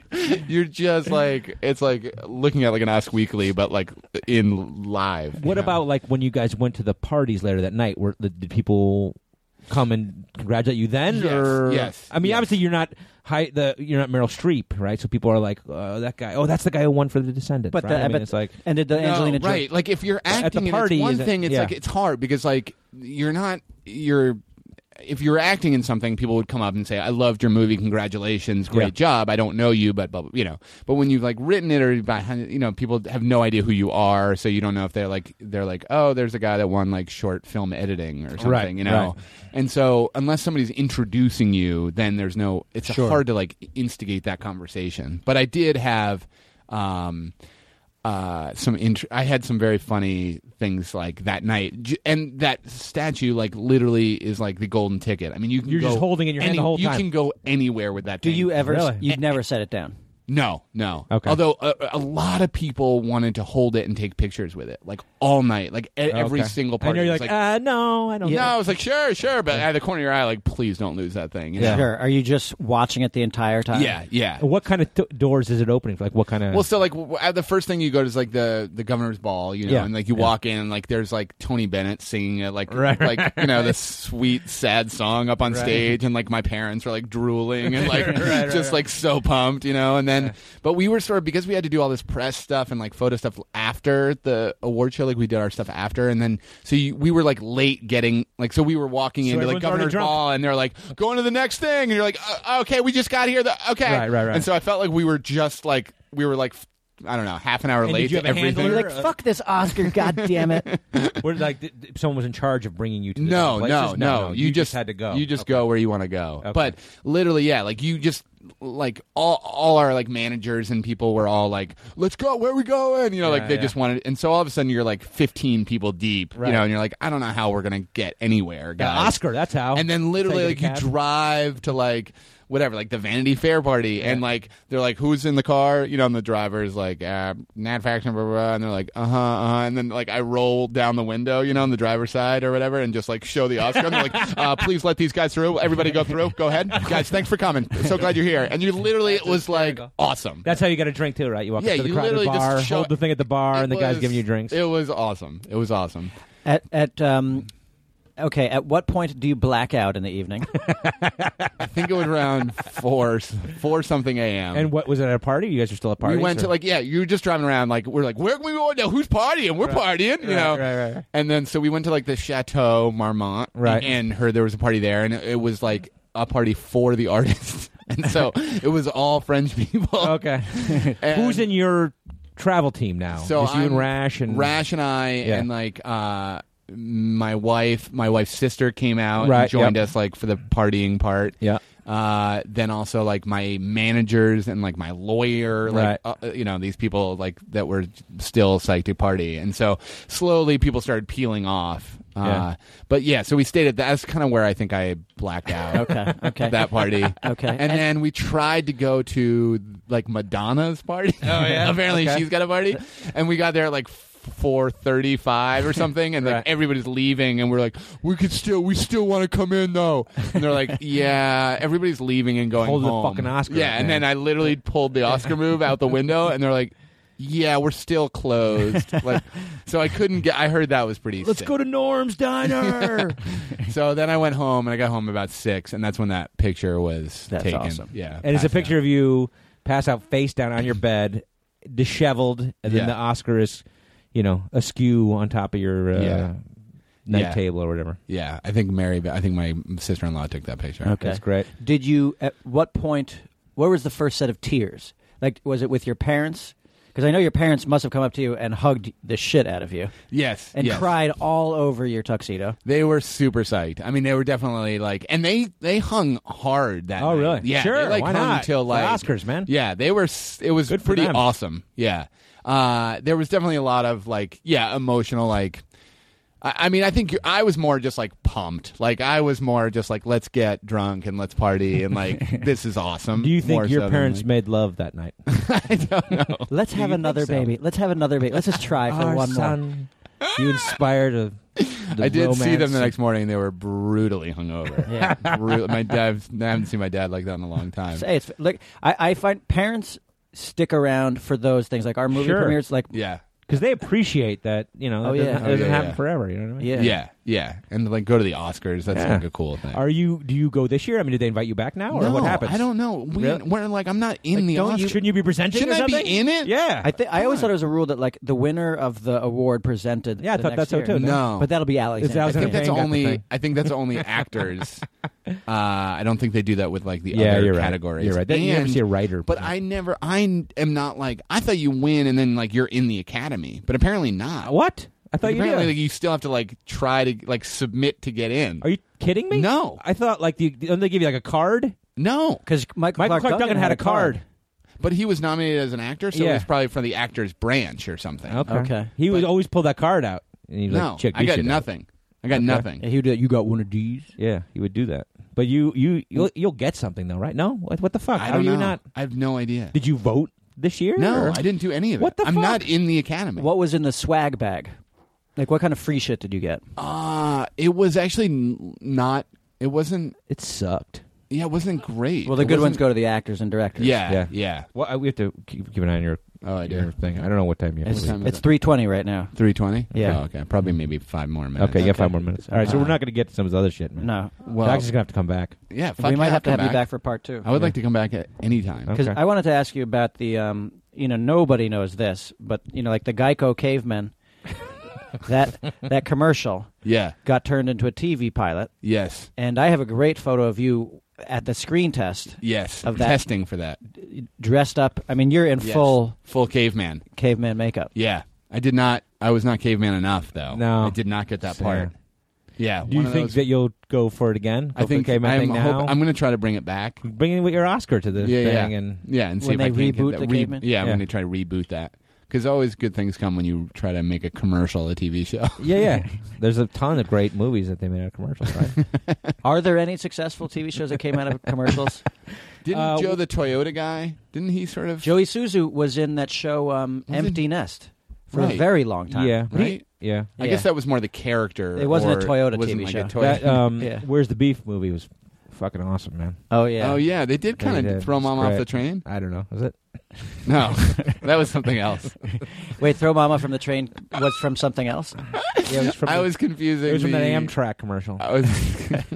Speaker 5: you're just like it's like looking at like an Ask Weekly, but like in live. you
Speaker 3: What
Speaker 5: know?
Speaker 3: about like when you guys went to the parties later that night? Were the, did people come and congratulate you then?
Speaker 5: Yes,
Speaker 3: or
Speaker 5: yes,
Speaker 3: I mean,
Speaker 5: yes.
Speaker 3: obviously you're not high. The you're not Meryl Streep, right? So people are like, uh, that guy. Oh, that's the guy who won for The Descendants.
Speaker 4: But
Speaker 3: right?
Speaker 4: the-
Speaker 3: I mean,
Speaker 4: but-
Speaker 3: it's like
Speaker 4: And did the
Speaker 5: No,
Speaker 4: Angelina Jo-
Speaker 5: right? Like if you're acting,
Speaker 3: the
Speaker 5: and
Speaker 3: party,
Speaker 5: it's one
Speaker 3: is it-
Speaker 5: thing. It's
Speaker 3: yeah.
Speaker 5: like it's hard because like you're not you're if you were acting in something, people would come up and say, "I loved your movie. Congratulations, great
Speaker 3: Yeah.
Speaker 5: job. I don't know you, but, but you know." But when you've like written it or behind, you know, people have no idea who you are, so you don't know if they're like they're like, "Oh, there's a guy that won like short film editing or something,"
Speaker 3: Right,
Speaker 5: you know.
Speaker 3: right.
Speaker 5: And so unless somebody's introducing you, then there's no. It's
Speaker 3: Sure.
Speaker 5: hard to like instigate that conversation. But I did have. Um, uh, some int- I had some very funny things like that night, J- and that statue like literally is like the golden ticket. I mean, you can
Speaker 3: You're
Speaker 5: go
Speaker 3: just holding it in your hand
Speaker 5: any-
Speaker 3: the whole
Speaker 5: you
Speaker 3: time.
Speaker 5: can go anywhere with that.
Speaker 4: Do
Speaker 5: thing.
Speaker 4: you ever?
Speaker 3: Really?
Speaker 4: You've never set it down.
Speaker 5: No, no.
Speaker 3: Okay.
Speaker 5: Although a, a lot of people wanted to hold it and take pictures with it, like all night, like e- every
Speaker 3: Okay.
Speaker 5: single
Speaker 3: I
Speaker 5: party.
Speaker 3: know you're
Speaker 5: was
Speaker 3: like, uh, no, I don't.
Speaker 5: no, I
Speaker 3: know.
Speaker 5: was like, sure, sure, but out of the corner of your eye, like, please don't lose that thing. you know?
Speaker 4: Sure. Are you just watching it the entire time?
Speaker 5: yeah, yeah.
Speaker 3: What kind of t- doors is it opening for? Like what kind of?
Speaker 5: Well, so like w- w- the first thing you go to is like the the governor's ball, you know,
Speaker 3: Yeah.
Speaker 5: and like you walk in and like there's like Tony Bennett singing uh, like
Speaker 3: Right,
Speaker 5: like you know this sweet sad song up on stage, and like my parents were like drooling and like just like so pumped, you know, and then but we were sort of because we had to do all this press stuff and like photo stuff after the award show, like we did our stuff after, and then so you, we were like late getting like so we were walking into like
Speaker 3: everyone's already
Speaker 5: governor's
Speaker 3: drunk.
Speaker 5: ball, and they're like going to the next thing, and you're like uh, okay, we just got here, the okay,
Speaker 3: Right, right, right.
Speaker 5: and so so I felt like we were just like we were like f- I don't know half an hour
Speaker 3: And
Speaker 5: late.
Speaker 3: did you have
Speaker 5: to
Speaker 3: a
Speaker 5: everything.
Speaker 3: handler?
Speaker 4: Like fuck this Oscar, god damn it!
Speaker 3: Where like th- th- someone was in charge of bringing you to the
Speaker 5: No,
Speaker 3: places?
Speaker 5: no, no,
Speaker 3: You, just, had to go.
Speaker 5: You just
Speaker 3: Okay.
Speaker 5: go where you want to go.
Speaker 3: Okay.
Speaker 5: But literally, yeah, like you just like all all our like managers and people were all like, "Let's go. Where we going?" You know, like
Speaker 3: Yeah,
Speaker 5: they
Speaker 3: yeah.
Speaker 5: just wanted. And so all of a sudden, you're like 15 people deep.
Speaker 3: Right.
Speaker 5: You know, and you're like, "I don't know how we're gonna get anywhere,
Speaker 3: Yeah,
Speaker 5: guys."
Speaker 3: Oscar. That's how.
Speaker 5: and then literally like
Speaker 3: Take it
Speaker 5: you
Speaker 3: in a cab.
Speaker 5: drive to like whatever like the vanity fair party and like they're like who's in the car you know and the driver is like uh, nat faction blah, blah blah and they're like uh-huh uh-huh and then like i roll down the window you know on the driver's side or whatever and just like show the oscar and they're like uh, please let these guys through everybody go through go ahead guys thanks for coming so glad you're here and you literally it was like awesome
Speaker 3: That's how you got a drink too, right? You walk
Speaker 5: Yeah,
Speaker 3: up to the
Speaker 5: you
Speaker 3: crowded
Speaker 5: literally just
Speaker 3: bar,
Speaker 5: show-
Speaker 3: hold the thing at the bar,
Speaker 5: It
Speaker 3: and the guy's
Speaker 5: was-
Speaker 3: giving you drinks.
Speaker 5: it was awesome it was awesome
Speaker 4: At at um, okay. At what point do you black out in the evening?
Speaker 5: i think it was around four four something am
Speaker 3: and what was it at a party? You guys were still at parties.
Speaker 5: We went
Speaker 3: or-
Speaker 5: to like yeah, you were just driving around like we're like where can we go now? Who's partying? We're partying, you know.
Speaker 3: right, right, right.
Speaker 5: And then so we went to like the Chateau Marmont,
Speaker 3: Right.
Speaker 5: And heard there was a party there, and it was like a party for the artists, and so it was all French people.
Speaker 3: okay.
Speaker 5: And-
Speaker 3: Who's in your travel team now?
Speaker 5: So
Speaker 3: Just you
Speaker 5: I'm-
Speaker 3: and Rash and
Speaker 5: Rash and I
Speaker 3: Yeah.
Speaker 5: and like uh, my wife, my wife's sister came out
Speaker 3: Right,
Speaker 5: and joined
Speaker 3: yep.
Speaker 5: us like for the partying part.
Speaker 3: Yeah.
Speaker 5: Uh, then also like my managers and like my lawyer, like
Speaker 3: Right.
Speaker 5: uh, you know these people like that were still psyched to party, and so slowly people started peeling off. Uh,
Speaker 3: Yeah.
Speaker 5: But yeah, so we stayed at that's kind of where I think I blacked out.
Speaker 4: Okay, okay.
Speaker 5: at that party.
Speaker 4: Okay.
Speaker 5: and,
Speaker 4: And-
Speaker 5: then we tried to go to like Madonna's party. Oh yeah, apparently she's got a party, and we got there at like. 4:35 or something, and like
Speaker 3: Right.
Speaker 5: everybody's leaving, and we're like, we could still, we still want to come in though. And they're like, yeah, everybody's leaving and going
Speaker 3: Hold the
Speaker 5: home.
Speaker 3: fucking Oscar
Speaker 5: Yeah,
Speaker 3: up,
Speaker 5: and
Speaker 3: man.
Speaker 5: then I literally pulled the Oscar move out the window, and they're like, yeah, we're still closed. like, so I couldn't get. I heard that was pretty.
Speaker 3: Let's
Speaker 5: sick.
Speaker 3: go to Norm's Diner.
Speaker 5: So then I went home, and I got home about six, and that's when that picture was
Speaker 4: That's
Speaker 5: taken.
Speaker 4: awesome.
Speaker 5: Yeah,
Speaker 3: and
Speaker 5: passed
Speaker 3: it's a
Speaker 5: out.
Speaker 3: picture of you pass out face down on your bed, disheveled, and
Speaker 5: Yeah.
Speaker 3: then the Oscar is, you know, askew on top of your uh,
Speaker 5: Yeah.
Speaker 3: night
Speaker 5: Yeah.
Speaker 3: table or whatever.
Speaker 5: Yeah, I think Mary. I think my sister-in-law took that picture.
Speaker 4: Okay.
Speaker 3: That's great.
Speaker 4: Did you? At what point? Where was the first set of tears? Like, was it with your parents? Because I know your parents must have come up to you and hugged the shit out of you
Speaker 5: Yes,
Speaker 4: and
Speaker 5: yes.
Speaker 4: cried all over your tuxedo.
Speaker 5: They were super psyched. I mean, they were definitely like, and they they hung hard that.
Speaker 3: Oh,
Speaker 5: night.
Speaker 3: really?
Speaker 5: Yeah,
Speaker 3: Sure,
Speaker 5: They, like
Speaker 3: why
Speaker 5: hung
Speaker 3: not?
Speaker 5: till
Speaker 3: For
Speaker 5: like
Speaker 3: Oscars, man.
Speaker 5: Yeah, they were. s- It was
Speaker 3: Good for
Speaker 5: pretty
Speaker 3: them.
Speaker 5: awesome. Yeah, uh, there was definitely a lot of like, yeah, emotional like. I I mean, I think you- I was more just like pumped. Like I was more just like, let's get drunk and let's party and like this is awesome.
Speaker 3: Do you
Speaker 5: More
Speaker 3: think your
Speaker 5: so than,
Speaker 3: parents
Speaker 5: like-
Speaker 3: made love that night?
Speaker 5: I don't know.
Speaker 4: Let's have another baby. Let's have another baby. Let's just try for one more.
Speaker 3: You inspired a. the
Speaker 5: I did see them
Speaker 3: romance.
Speaker 5: the next morning. They were brutally hungover.
Speaker 4: Yeah.
Speaker 5: Bru- my dad. I haven't seen my dad like that in a long time.
Speaker 4: Say it's like I, I find parents stick around for those things. Like our movie
Speaker 3: Sure.
Speaker 4: premieres, like
Speaker 5: Yeah,
Speaker 3: because they appreciate that you know
Speaker 4: Oh,
Speaker 3: that
Speaker 4: yeah.
Speaker 3: doesn't,
Speaker 4: Oh,
Speaker 3: doesn't
Speaker 5: yeah,
Speaker 3: happen
Speaker 5: yeah.
Speaker 3: forever. You know what I mean?
Speaker 4: yeah,
Speaker 5: yeah, Yeah, and like go to the Oscars. That's
Speaker 3: Yeah.
Speaker 5: like a cool thing.
Speaker 3: Are you? Do you go this year? I mean, did they invite you back now, or
Speaker 5: No,
Speaker 3: what happens?
Speaker 5: I don't know. We,
Speaker 3: Really?
Speaker 5: We're like, I'm not in
Speaker 3: Like,
Speaker 5: the
Speaker 3: don't you-
Speaker 5: Oscars.
Speaker 3: shouldn't you be presenting?
Speaker 5: Shouldn't
Speaker 3: or
Speaker 5: I be
Speaker 3: something?
Speaker 5: in it?
Speaker 3: Yeah,
Speaker 4: I think I always thought it was a rule that like the winner of the award presented.
Speaker 3: Yeah, I
Speaker 4: the
Speaker 3: thought
Speaker 4: next
Speaker 3: that's so
Speaker 4: year.
Speaker 3: too.
Speaker 5: No.
Speaker 4: but that'll be Alex.
Speaker 3: It's Alex
Speaker 5: I think
Speaker 3: Yeah,
Speaker 5: that's
Speaker 3: you got the
Speaker 5: only.
Speaker 3: thing.
Speaker 5: I think that's only actors. uh, I don't think they do that with like the
Speaker 3: Yeah,
Speaker 5: other
Speaker 3: you're right.
Speaker 5: categories.
Speaker 3: You're right. That- you never
Speaker 5: And-
Speaker 3: see a writer
Speaker 5: But
Speaker 3: present.
Speaker 5: I never. I n- am not like. I thought you win and then like you're in the Academy, but apparently not.
Speaker 3: What? I thought
Speaker 5: Like,
Speaker 3: you
Speaker 5: apparently
Speaker 3: did.
Speaker 5: like, you still have to like try to like submit to get in.
Speaker 3: Are you kidding me?
Speaker 5: No.
Speaker 3: I thought like the don't they give you like a card?
Speaker 5: no,
Speaker 4: because Michael,
Speaker 3: Michael Clark, Duncan, had a card.
Speaker 5: but he was nominated as an actor, so
Speaker 3: Yeah.
Speaker 5: it was probably from the actors branch or something.
Speaker 4: Okay.
Speaker 3: He would always pull that card out. And he'd,
Speaker 5: No,
Speaker 3: like, check
Speaker 5: I
Speaker 3: this
Speaker 5: got
Speaker 3: shit out.
Speaker 5: nothing. I got nothing.
Speaker 4: Yeah, he would do that. You got one of these.
Speaker 3: Yeah, he would do that. But you you you'll, you'll get something though, right? No, what, what the fuck?
Speaker 5: I
Speaker 3: How
Speaker 5: don't
Speaker 3: are you
Speaker 5: know.
Speaker 3: not?
Speaker 5: I have no idea.
Speaker 3: Did you vote this year?
Speaker 5: no,
Speaker 3: or-
Speaker 5: I didn't do any of it.
Speaker 3: What the
Speaker 5: I'm
Speaker 3: fuck?
Speaker 5: not in the Academy.
Speaker 4: What was in the swag bag? Like what kind of free shit did you get?
Speaker 5: Uh, it was actually n- not. It wasn't.
Speaker 3: It sucked.
Speaker 5: Yeah, it wasn't great.
Speaker 4: Well, the
Speaker 5: It
Speaker 4: good ones
Speaker 5: wasn't-
Speaker 4: go to the actors and directors.
Speaker 5: Yeah,
Speaker 3: Yeah.
Speaker 5: yeah.
Speaker 3: Well, I- we have to keep, keep an eye on your,
Speaker 5: Oh, I do.
Speaker 3: your thing. I don't know what time you have.
Speaker 4: it's,
Speaker 5: What time is
Speaker 4: it's
Speaker 5: it?
Speaker 4: three twenty right now.
Speaker 5: Three twenty.
Speaker 4: Yeah.
Speaker 5: Oh, okay. Probably maybe five more minutes.
Speaker 3: okay, you got five more minutes. All right, so
Speaker 5: Uh,
Speaker 3: we're not going to get to some of the other shit, man.
Speaker 4: No,
Speaker 5: Well,
Speaker 3: Doc's just gonna have to come back.
Speaker 5: yeah. Fuck
Speaker 4: we might
Speaker 5: yeah,
Speaker 4: have to
Speaker 5: come
Speaker 4: have you back for part two.
Speaker 5: I would like to come back at any time.
Speaker 3: Okay.
Speaker 4: Because I wanted to ask you about the, um, you know, nobody knows this, but you know, like the Geico cavemen, that that commercial
Speaker 5: Yeah.
Speaker 4: got turned into a TV pilot,
Speaker 5: Yes.
Speaker 4: and I have a great photo of you at the screen test,
Speaker 5: Yes.
Speaker 4: Of that-
Speaker 5: testing for that.
Speaker 4: dressed up. I mean, you're in
Speaker 5: Yes.
Speaker 4: full
Speaker 5: Full caveman.
Speaker 4: caveman makeup.
Speaker 5: Yeah. I did not. I was not caveman enough though.
Speaker 3: No.
Speaker 5: I did not get that
Speaker 3: Sad.
Speaker 5: part. Yeah.
Speaker 3: Do
Speaker 5: one
Speaker 3: you
Speaker 5: of
Speaker 3: think
Speaker 5: those-
Speaker 3: that you'll go for it again? Go
Speaker 5: I think
Speaker 3: for the caveman
Speaker 5: I'm,
Speaker 3: thing now.
Speaker 5: hoping- I'm going to try to bring it back.
Speaker 3: Bring in your Oscar to this
Speaker 5: yeah,
Speaker 3: thing,
Speaker 5: yeah.
Speaker 3: and
Speaker 5: yeah, and see
Speaker 4: When
Speaker 5: if I
Speaker 4: they
Speaker 5: can get
Speaker 4: reboot
Speaker 5: that
Speaker 4: the
Speaker 5: re-
Speaker 4: caveman?
Speaker 5: Yeah, I'm
Speaker 3: Yeah.
Speaker 5: gonna try to reboot that because always good things come when you try to make a commercial a TV show.
Speaker 3: yeah, yeah. There's a ton of great movies that they made out of commercials, right?
Speaker 4: Are there any successful TV shows that came out of commercials?
Speaker 5: Didn't
Speaker 3: Uh,
Speaker 5: Joe
Speaker 3: w-
Speaker 5: the Toyota guy? Didn't he sort of?
Speaker 4: Joey Suzu was in that show um,
Speaker 5: Was it-
Speaker 4: Empty Nest for a
Speaker 5: Right.
Speaker 4: very long time.
Speaker 3: yeah, But he-
Speaker 5: Right?
Speaker 3: yeah.
Speaker 5: I
Speaker 4: Yeah.
Speaker 5: guess that was more the character.
Speaker 4: It wasn't a
Speaker 5: or
Speaker 4: Toyota
Speaker 5: wasn't
Speaker 4: TV
Speaker 5: like
Speaker 4: show.
Speaker 5: A Toyota.
Speaker 3: That, um,
Speaker 4: Yeah.
Speaker 3: Where's the Beef movie was fucking awesome, man.
Speaker 4: Oh yeah.
Speaker 5: Oh yeah, they did
Speaker 3: They
Speaker 5: kind
Speaker 3: did.
Speaker 5: of throw
Speaker 3: It's
Speaker 5: mom
Speaker 3: great.
Speaker 5: off the train.
Speaker 3: I don't know. Was it?
Speaker 5: No, that was something else.
Speaker 4: Wait, Throw Mama from the Train was from something else?
Speaker 3: Yeah, it was from
Speaker 5: I
Speaker 3: the-
Speaker 5: was confusing.
Speaker 3: It was from
Speaker 5: the,
Speaker 3: that Amtrak commercial.
Speaker 5: I was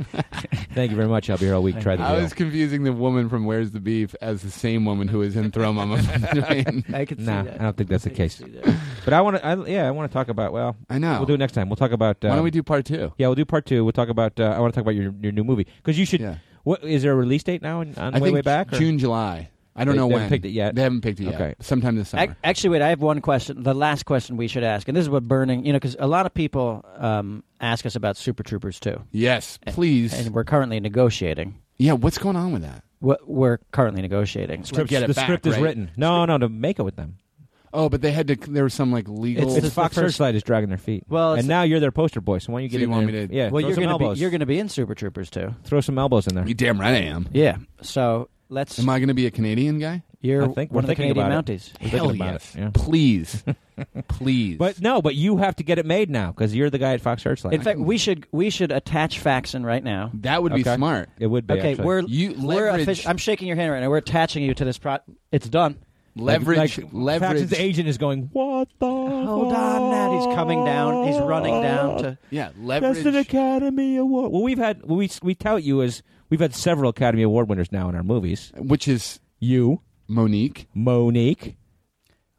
Speaker 3: Thank you very much. I'll be here all week. Try the
Speaker 5: I
Speaker 3: deal.
Speaker 5: was confusing the woman from Where's the Beef as the same woman who was in Throw Mama from the Train.
Speaker 4: I could
Speaker 3: Nah,
Speaker 4: see that.
Speaker 3: I don't think that's the
Speaker 4: could
Speaker 3: case.
Speaker 4: see that.
Speaker 3: But I want to. I, yeah, I want to talk about. Well,
Speaker 5: I know.
Speaker 3: we'll do it next time. We'll talk about. Uh,
Speaker 5: Oh. Why don't we do part two?
Speaker 3: Yeah, we'll do part two. We'll talk about. Uh, I want to talk about your your new movie because you should.
Speaker 5: Yeah.
Speaker 3: What is there a release date now on, on
Speaker 5: I
Speaker 3: the way
Speaker 5: think
Speaker 3: way back? or-
Speaker 5: June, July. I don't
Speaker 3: They-
Speaker 5: know
Speaker 3: they
Speaker 5: when.
Speaker 3: haven't picked it yet?
Speaker 5: They haven't picked it yet.
Speaker 3: Okay.
Speaker 5: Sometime this summer.
Speaker 4: Ac- Actually, wait. I have one question. The last question we should ask, and this is what burning. You know, because a lot of people um, ask us about Super Troopers too,
Speaker 5: yes, please.
Speaker 4: and we're currently negotiating.
Speaker 5: yeah, what's going on with that?
Speaker 4: Wha- We're currently negotiating.
Speaker 5: Script- get it
Speaker 3: the
Speaker 5: back,
Speaker 3: script is
Speaker 5: right?
Speaker 3: written. No, no, to make it with them.
Speaker 5: Oh, but they had to. There was some like legal.
Speaker 4: It's
Speaker 3: It's
Speaker 4: the
Speaker 3: Fox
Speaker 4: first-
Speaker 3: Searchlight is dragging their feet.
Speaker 4: Well, it's-
Speaker 3: and now you're their poster boy. So why don't you get
Speaker 5: So you
Speaker 3: in
Speaker 5: want
Speaker 3: there?
Speaker 5: me to-
Speaker 3: Yeah,
Speaker 4: well,
Speaker 3: throw
Speaker 4: you're
Speaker 3: some
Speaker 4: going to
Speaker 3: elbows.
Speaker 4: be you're going to be in Super Troopers too.
Speaker 3: throw some elbows in there.
Speaker 5: you damn right I am.
Speaker 4: Yeah. So let's.
Speaker 5: Am I going to be a Canadian guy?
Speaker 4: you're
Speaker 3: I think we're
Speaker 4: one of the
Speaker 3: thinking
Speaker 4: Canadian
Speaker 3: about it.
Speaker 4: Mounties.
Speaker 3: thinking
Speaker 5: Hell
Speaker 3: about
Speaker 5: yes.
Speaker 3: it, yeah.
Speaker 5: Please, please.
Speaker 3: But no, but you have to get it made now because you're the guy at Fox Searchlight.
Speaker 4: In fact, we should we should attach Faxon right now.
Speaker 5: that would be
Speaker 3: Okay.
Speaker 5: smart.
Speaker 3: it would be.
Speaker 4: Okay,
Speaker 3: actually.
Speaker 4: we're
Speaker 5: You
Speaker 4: we're
Speaker 5: leverage-
Speaker 4: offici- I'm shaking your hand right now. We're attaching you to this pro. It's done.
Speaker 5: Leverage,
Speaker 3: like,
Speaker 5: leverage.
Speaker 3: Faxon's agent is going. What the?
Speaker 4: Hold on, Nat. He's coming down. He's running down to.
Speaker 5: yeah,
Speaker 3: That's an
Speaker 5: leverage.
Speaker 3: Academy Award. Well, we've had we we tout you as we've had several Academy Award winners now in our movies.
Speaker 5: Which is
Speaker 3: You,
Speaker 5: Monique.
Speaker 3: Monique,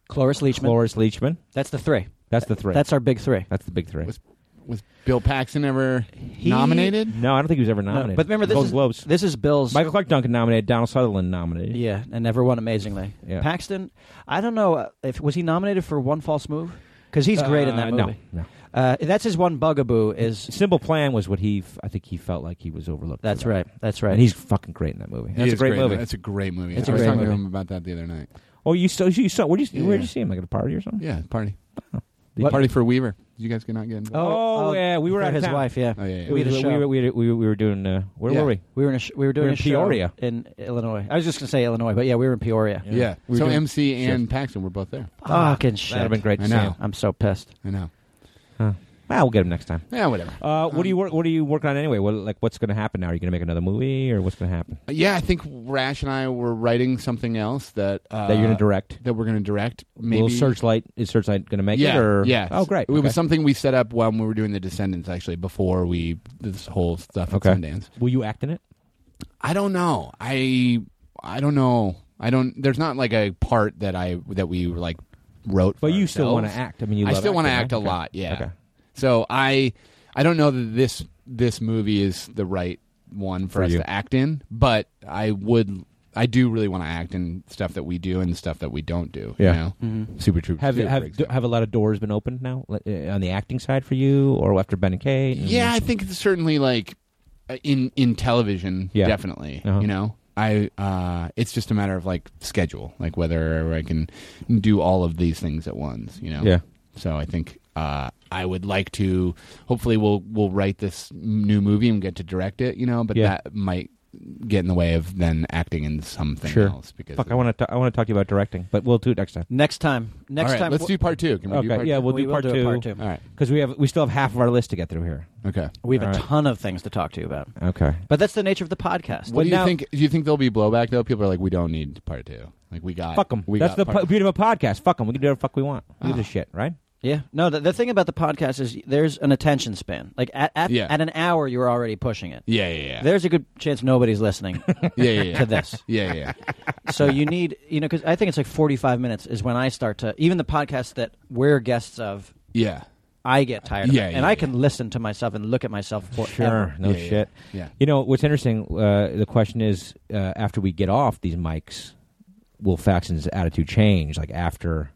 Speaker 4: Cloris Leachman.
Speaker 3: Cloris Leachman.
Speaker 4: That's the three.
Speaker 3: That's the three.
Speaker 4: That's our big three.
Speaker 3: that's the big three.
Speaker 5: Was was Bill Paxton ever nominated?
Speaker 3: No, I don't think he was ever
Speaker 4: No,
Speaker 3: nominated.
Speaker 4: but remember, this
Speaker 3: Golden
Speaker 4: is
Speaker 3: Globes.
Speaker 4: this is Bill's.
Speaker 3: Michael Clark Duncan nominated. Donald Sutherland nominated.
Speaker 4: yeah, and never won amazingly.
Speaker 3: Yeah.
Speaker 4: Paxton, I don't know uh, if was he nominated for One False Move because he's great in that
Speaker 3: Uh,
Speaker 4: movie.
Speaker 3: No, no.
Speaker 4: Uh, that's his one bugaboo. Is
Speaker 3: Simple Plan was what he. f- I think he felt like he was overlooked. for
Speaker 4: that's
Speaker 3: that.
Speaker 4: right. That's right.
Speaker 3: And he's fucking great in that movie.
Speaker 5: He
Speaker 3: That's a
Speaker 5: is
Speaker 3: great,
Speaker 5: in
Speaker 3: movie.
Speaker 5: that. That's a great movie.
Speaker 4: It's
Speaker 5: I
Speaker 4: a
Speaker 5: was
Speaker 4: great
Speaker 5: talking to
Speaker 4: movie.
Speaker 5: him about that the other night.
Speaker 3: oh, you saw you saw where did you
Speaker 5: Yeah,
Speaker 3: where did
Speaker 5: yeah.
Speaker 3: you see him like at a party or something?
Speaker 5: Yeah, party.
Speaker 4: What-
Speaker 5: Party for Weaver. Did you guys get not get involved?
Speaker 3: Oh, yeah, we
Speaker 4: um,
Speaker 3: were
Speaker 4: for
Speaker 3: out of
Speaker 4: his
Speaker 3: town.
Speaker 4: wife. Yeah,
Speaker 5: Oh, yeah, yeah.
Speaker 3: It
Speaker 4: we had a
Speaker 3: was-
Speaker 4: show.
Speaker 3: we, were, we, had- we, were- we were doing. Uh, where
Speaker 5: Yeah.
Speaker 3: were we?
Speaker 4: We were in a sh- we were doing
Speaker 3: We're in
Speaker 4: a show
Speaker 3: Peoria.
Speaker 4: in Illinois. I was just gonna say Illinois, but yeah, we were in Peoria.
Speaker 5: Yeah.
Speaker 3: Oh, We were
Speaker 5: so
Speaker 3: doing-
Speaker 5: MC and Paxton were both there.
Speaker 4: Fucking shit.
Speaker 3: That'd have been great. To
Speaker 5: I know.
Speaker 3: See.
Speaker 4: I'm so pissed.
Speaker 5: I know.
Speaker 3: Huh. Ah, we'll get him next time.
Speaker 5: Yeah, whatever.
Speaker 3: Uh, what do you work? What are you working on anyway? What like what's going to happen now? Are you going to make another movie or what's going to happen?
Speaker 5: Yeah, I think Rash and I were writing something else that uh,
Speaker 3: That you're gonna direct?
Speaker 5: That we're going to direct. Maybe
Speaker 3: Will Searchlight is Searchlight going to make
Speaker 5: yeah,
Speaker 3: it? Or
Speaker 5: yeah.
Speaker 3: Oh, great.
Speaker 5: It
Speaker 3: Okay.
Speaker 5: was something we set up when we were doing the Descendants, actually, before we this whole stuff at
Speaker 3: Okay.
Speaker 5: Sundance.
Speaker 3: Will you act in it?
Speaker 5: I don't know. I I don't know. I don't. There's not like a part that I that we like wrote. for
Speaker 3: But you still
Speaker 5: ourselves.
Speaker 3: want to act. I mean, you.
Speaker 5: I
Speaker 3: love
Speaker 5: still want to
Speaker 3: acting,
Speaker 5: act a
Speaker 3: right? Okay.
Speaker 5: lot. Yeah.
Speaker 3: Okay.
Speaker 5: So I I don't know that this this movie is the right one for,
Speaker 3: For
Speaker 5: us
Speaker 3: you.
Speaker 5: to act in, but I would I do really want to act in stuff that we do and stuff that we don't do.
Speaker 3: Yeah.
Speaker 5: You know? Super Troop.
Speaker 3: Have
Speaker 5: Super, for
Speaker 3: have
Speaker 5: example.
Speaker 3: have a lot of doors been opened now like, uh, on the acting side for you, or after Ben and Kate? and-
Speaker 5: yeah, I think it's certainly like uh, in in television,
Speaker 3: Yeah.
Speaker 5: definitely.
Speaker 3: Uh-huh.
Speaker 5: You know, I uh, it's just a matter of like schedule, like whether I can do all of these things at once. You know,
Speaker 3: Yeah.
Speaker 5: So I think uh, I would like to. Hopefully, we'll we'll write this new movie and get to direct it. You know, but
Speaker 3: Yeah.
Speaker 5: that might get in the way of then acting in something
Speaker 3: Sure.
Speaker 5: else because
Speaker 3: Fuck,
Speaker 5: of-
Speaker 3: I want to. I want to talk to you about directing, but we'll do it next time.
Speaker 4: Next time.
Speaker 5: All
Speaker 4: Next
Speaker 5: right,
Speaker 4: time.
Speaker 5: let's do part two. Can we do
Speaker 3: okay.
Speaker 5: part
Speaker 3: Yeah,
Speaker 5: two?
Speaker 3: we'll
Speaker 4: we
Speaker 3: do
Speaker 4: will
Speaker 3: part
Speaker 4: do a
Speaker 3: two.
Speaker 4: part two.
Speaker 5: All right.
Speaker 3: Because we have we still have half of our list to get through here.
Speaker 5: Okay.
Speaker 4: we have
Speaker 3: All
Speaker 4: a
Speaker 3: right.
Speaker 4: ton of things to talk to you about.
Speaker 3: Okay.
Speaker 4: But that's the nature of the podcast.
Speaker 5: Uh, What do you
Speaker 3: now-
Speaker 5: think? Do you think there'll be blowback though? People are like, we don't need part two. Like we got
Speaker 3: Fuck them.
Speaker 5: We
Speaker 3: That's
Speaker 5: got
Speaker 3: the
Speaker 5: part-
Speaker 3: po- beauty of a podcast. Fuck them. We can do whatever the fuck we want. We do this shit, right?
Speaker 4: Yeah. No, the, the thing about the podcast is there's an attention span. Like at at,
Speaker 5: Yeah.
Speaker 4: at an hour, you're already pushing it.
Speaker 5: Yeah, yeah, yeah.
Speaker 4: There's a good chance nobody's listening
Speaker 5: yeah, yeah, yeah.
Speaker 4: to this.
Speaker 5: Yeah, yeah, yeah.
Speaker 4: So you need, you know, because I think it's like 45 minutes is when I start to, even the podcast that we're guests of,
Speaker 5: Yeah.
Speaker 4: I get tired
Speaker 5: Yeah,
Speaker 4: of it.
Speaker 5: yeah,
Speaker 4: and I
Speaker 5: yeah.
Speaker 4: can listen to myself and look at myself forever.
Speaker 3: Sure. No
Speaker 5: Yeah, yeah,
Speaker 3: shit.
Speaker 5: yeah.
Speaker 3: You know what's interesting? Uh, the question is, uh, after we get off these mics, will Faxon's attitude change? Like after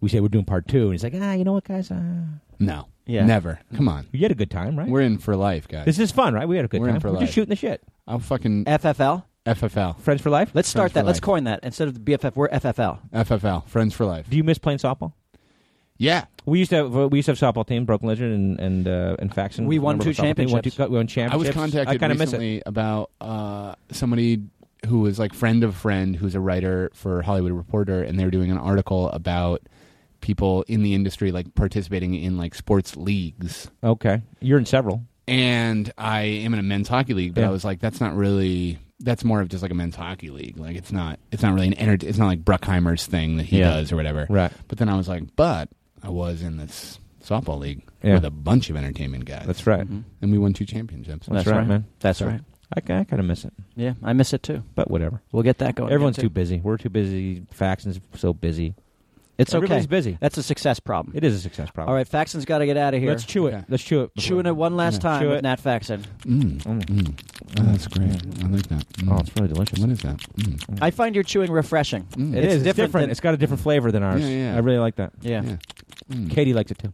Speaker 3: we say we're doing part two, and he's like, ah, you know what, guys? Uh,
Speaker 5: No.
Speaker 4: Yeah.
Speaker 5: Never. Come on.
Speaker 3: you had a good time, right?
Speaker 5: We're in for life, guys.
Speaker 3: this is fun, right? We had a good
Speaker 5: We're in
Speaker 3: time.
Speaker 5: for
Speaker 3: we're
Speaker 5: life.
Speaker 3: just shooting the shit.
Speaker 5: I'll fucking
Speaker 4: FFL?
Speaker 5: FFL.
Speaker 3: Friends for life.
Speaker 4: Let's start
Speaker 5: Friends for
Speaker 4: that. Let's
Speaker 5: life.
Speaker 4: coin that. Instead of the BFF, we're FFL.
Speaker 5: FFL. Friends for life.
Speaker 3: do you miss playing softball?
Speaker 5: Yeah.
Speaker 3: We used to have we used to have softball team, Broken Lizard and and uh, and Faxon.
Speaker 4: We won
Speaker 3: Remember
Speaker 4: two
Speaker 3: our softball team? We won two-
Speaker 4: championships.
Speaker 3: We won
Speaker 5: I was
Speaker 3: championships.
Speaker 5: contacted
Speaker 3: I kind of miss it.
Speaker 5: recently about uh, somebody who was like friend of friend who's a writer for Hollywood Reporter, and they were doing an article about people in the industry like participating in like sports leagues.
Speaker 3: Okay, you're in several.
Speaker 5: and I am in a men's hockey league, but
Speaker 3: Yeah.
Speaker 5: I was like, that's not really. That's more of just like a men's hockey league. Like it's not. It's not really an energy. It's not like Bruckheimer's thing that he
Speaker 3: Yeah.
Speaker 5: does or whatever.
Speaker 3: Right.
Speaker 5: But then I was like, but I was in this softball league
Speaker 3: Yeah.
Speaker 5: with a bunch of entertainment guys.
Speaker 3: That's right.
Speaker 5: And we won two championships.
Speaker 3: That's right, man.
Speaker 4: Mm-hmm. That's
Speaker 5: So-
Speaker 4: right.
Speaker 3: I, I kind of miss it,
Speaker 4: Yeah, I miss it too.
Speaker 3: but whatever.
Speaker 4: We'll get that going.
Speaker 3: Everyone's
Speaker 4: again,
Speaker 3: too busy. We're too busy. Faxon's so busy.
Speaker 4: It's okay.
Speaker 3: Everybody's busy.
Speaker 4: That's a success problem.
Speaker 3: It is a success problem.
Speaker 4: All right, Faxon's got to get out of here.
Speaker 3: let's chew it.
Speaker 5: Okay.
Speaker 3: Let's chew it. before-
Speaker 4: Chewing it one last
Speaker 3: Yeah.
Speaker 4: time
Speaker 3: Chew
Speaker 4: with
Speaker 3: it.
Speaker 4: Nat Faxon.
Speaker 5: Mm.
Speaker 3: Mm.
Speaker 5: Mm. Oh, that's great. I like that. Mm.
Speaker 3: Oh, it's really delicious.
Speaker 5: what is that? Mm.
Speaker 4: I find your chewing refreshing.
Speaker 5: Mm.
Speaker 3: It
Speaker 4: It's
Speaker 3: is. It's
Speaker 4: different
Speaker 3: different.
Speaker 4: than-
Speaker 3: it's got a different flavor than ours.
Speaker 5: Yeah, yeah.
Speaker 3: I really like that.
Speaker 4: Yeah,
Speaker 5: Yeah. Mm.
Speaker 3: Katie likes it too.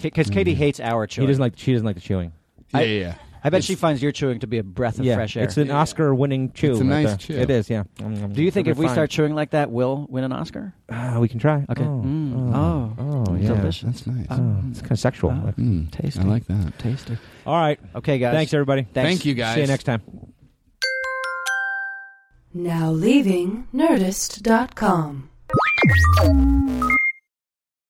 Speaker 4: because Katie hates our
Speaker 3: Mm-hmm. He
Speaker 4: chewing.
Speaker 3: doesn't like. She doesn't like the chewing.
Speaker 5: Yeah,
Speaker 4: I-
Speaker 5: yeah, yeah.
Speaker 4: I bet
Speaker 5: It's-
Speaker 4: she finds your chewing to be a breath of
Speaker 3: yeah,
Speaker 4: fresh air.
Speaker 3: it's an Oscar-winning chew.
Speaker 5: It's a nice
Speaker 3: there.
Speaker 5: chew.
Speaker 3: It is. Yeah. Mm, mm,
Speaker 4: Do you think if
Speaker 3: it'll be
Speaker 4: we
Speaker 3: fine.
Speaker 4: start chewing like that, we'll win an Oscar?
Speaker 3: Ah, we can try.
Speaker 4: Okay.
Speaker 3: Oh,
Speaker 4: Mm.
Speaker 3: oh,
Speaker 4: Oh.
Speaker 3: oh, yeah.
Speaker 4: Delicious.
Speaker 5: That's nice.
Speaker 3: Oh, it's kind of sexual.
Speaker 4: Oh.
Speaker 3: Like-
Speaker 5: Mm.
Speaker 4: Tasty.
Speaker 5: I like that.
Speaker 4: Tasty.
Speaker 3: All right.
Speaker 4: Okay, guys.
Speaker 3: Thanks, everybody.
Speaker 4: Thanks.
Speaker 5: Thank you guys.
Speaker 3: See you next time.
Speaker 2: Now leaving Nerdist.com.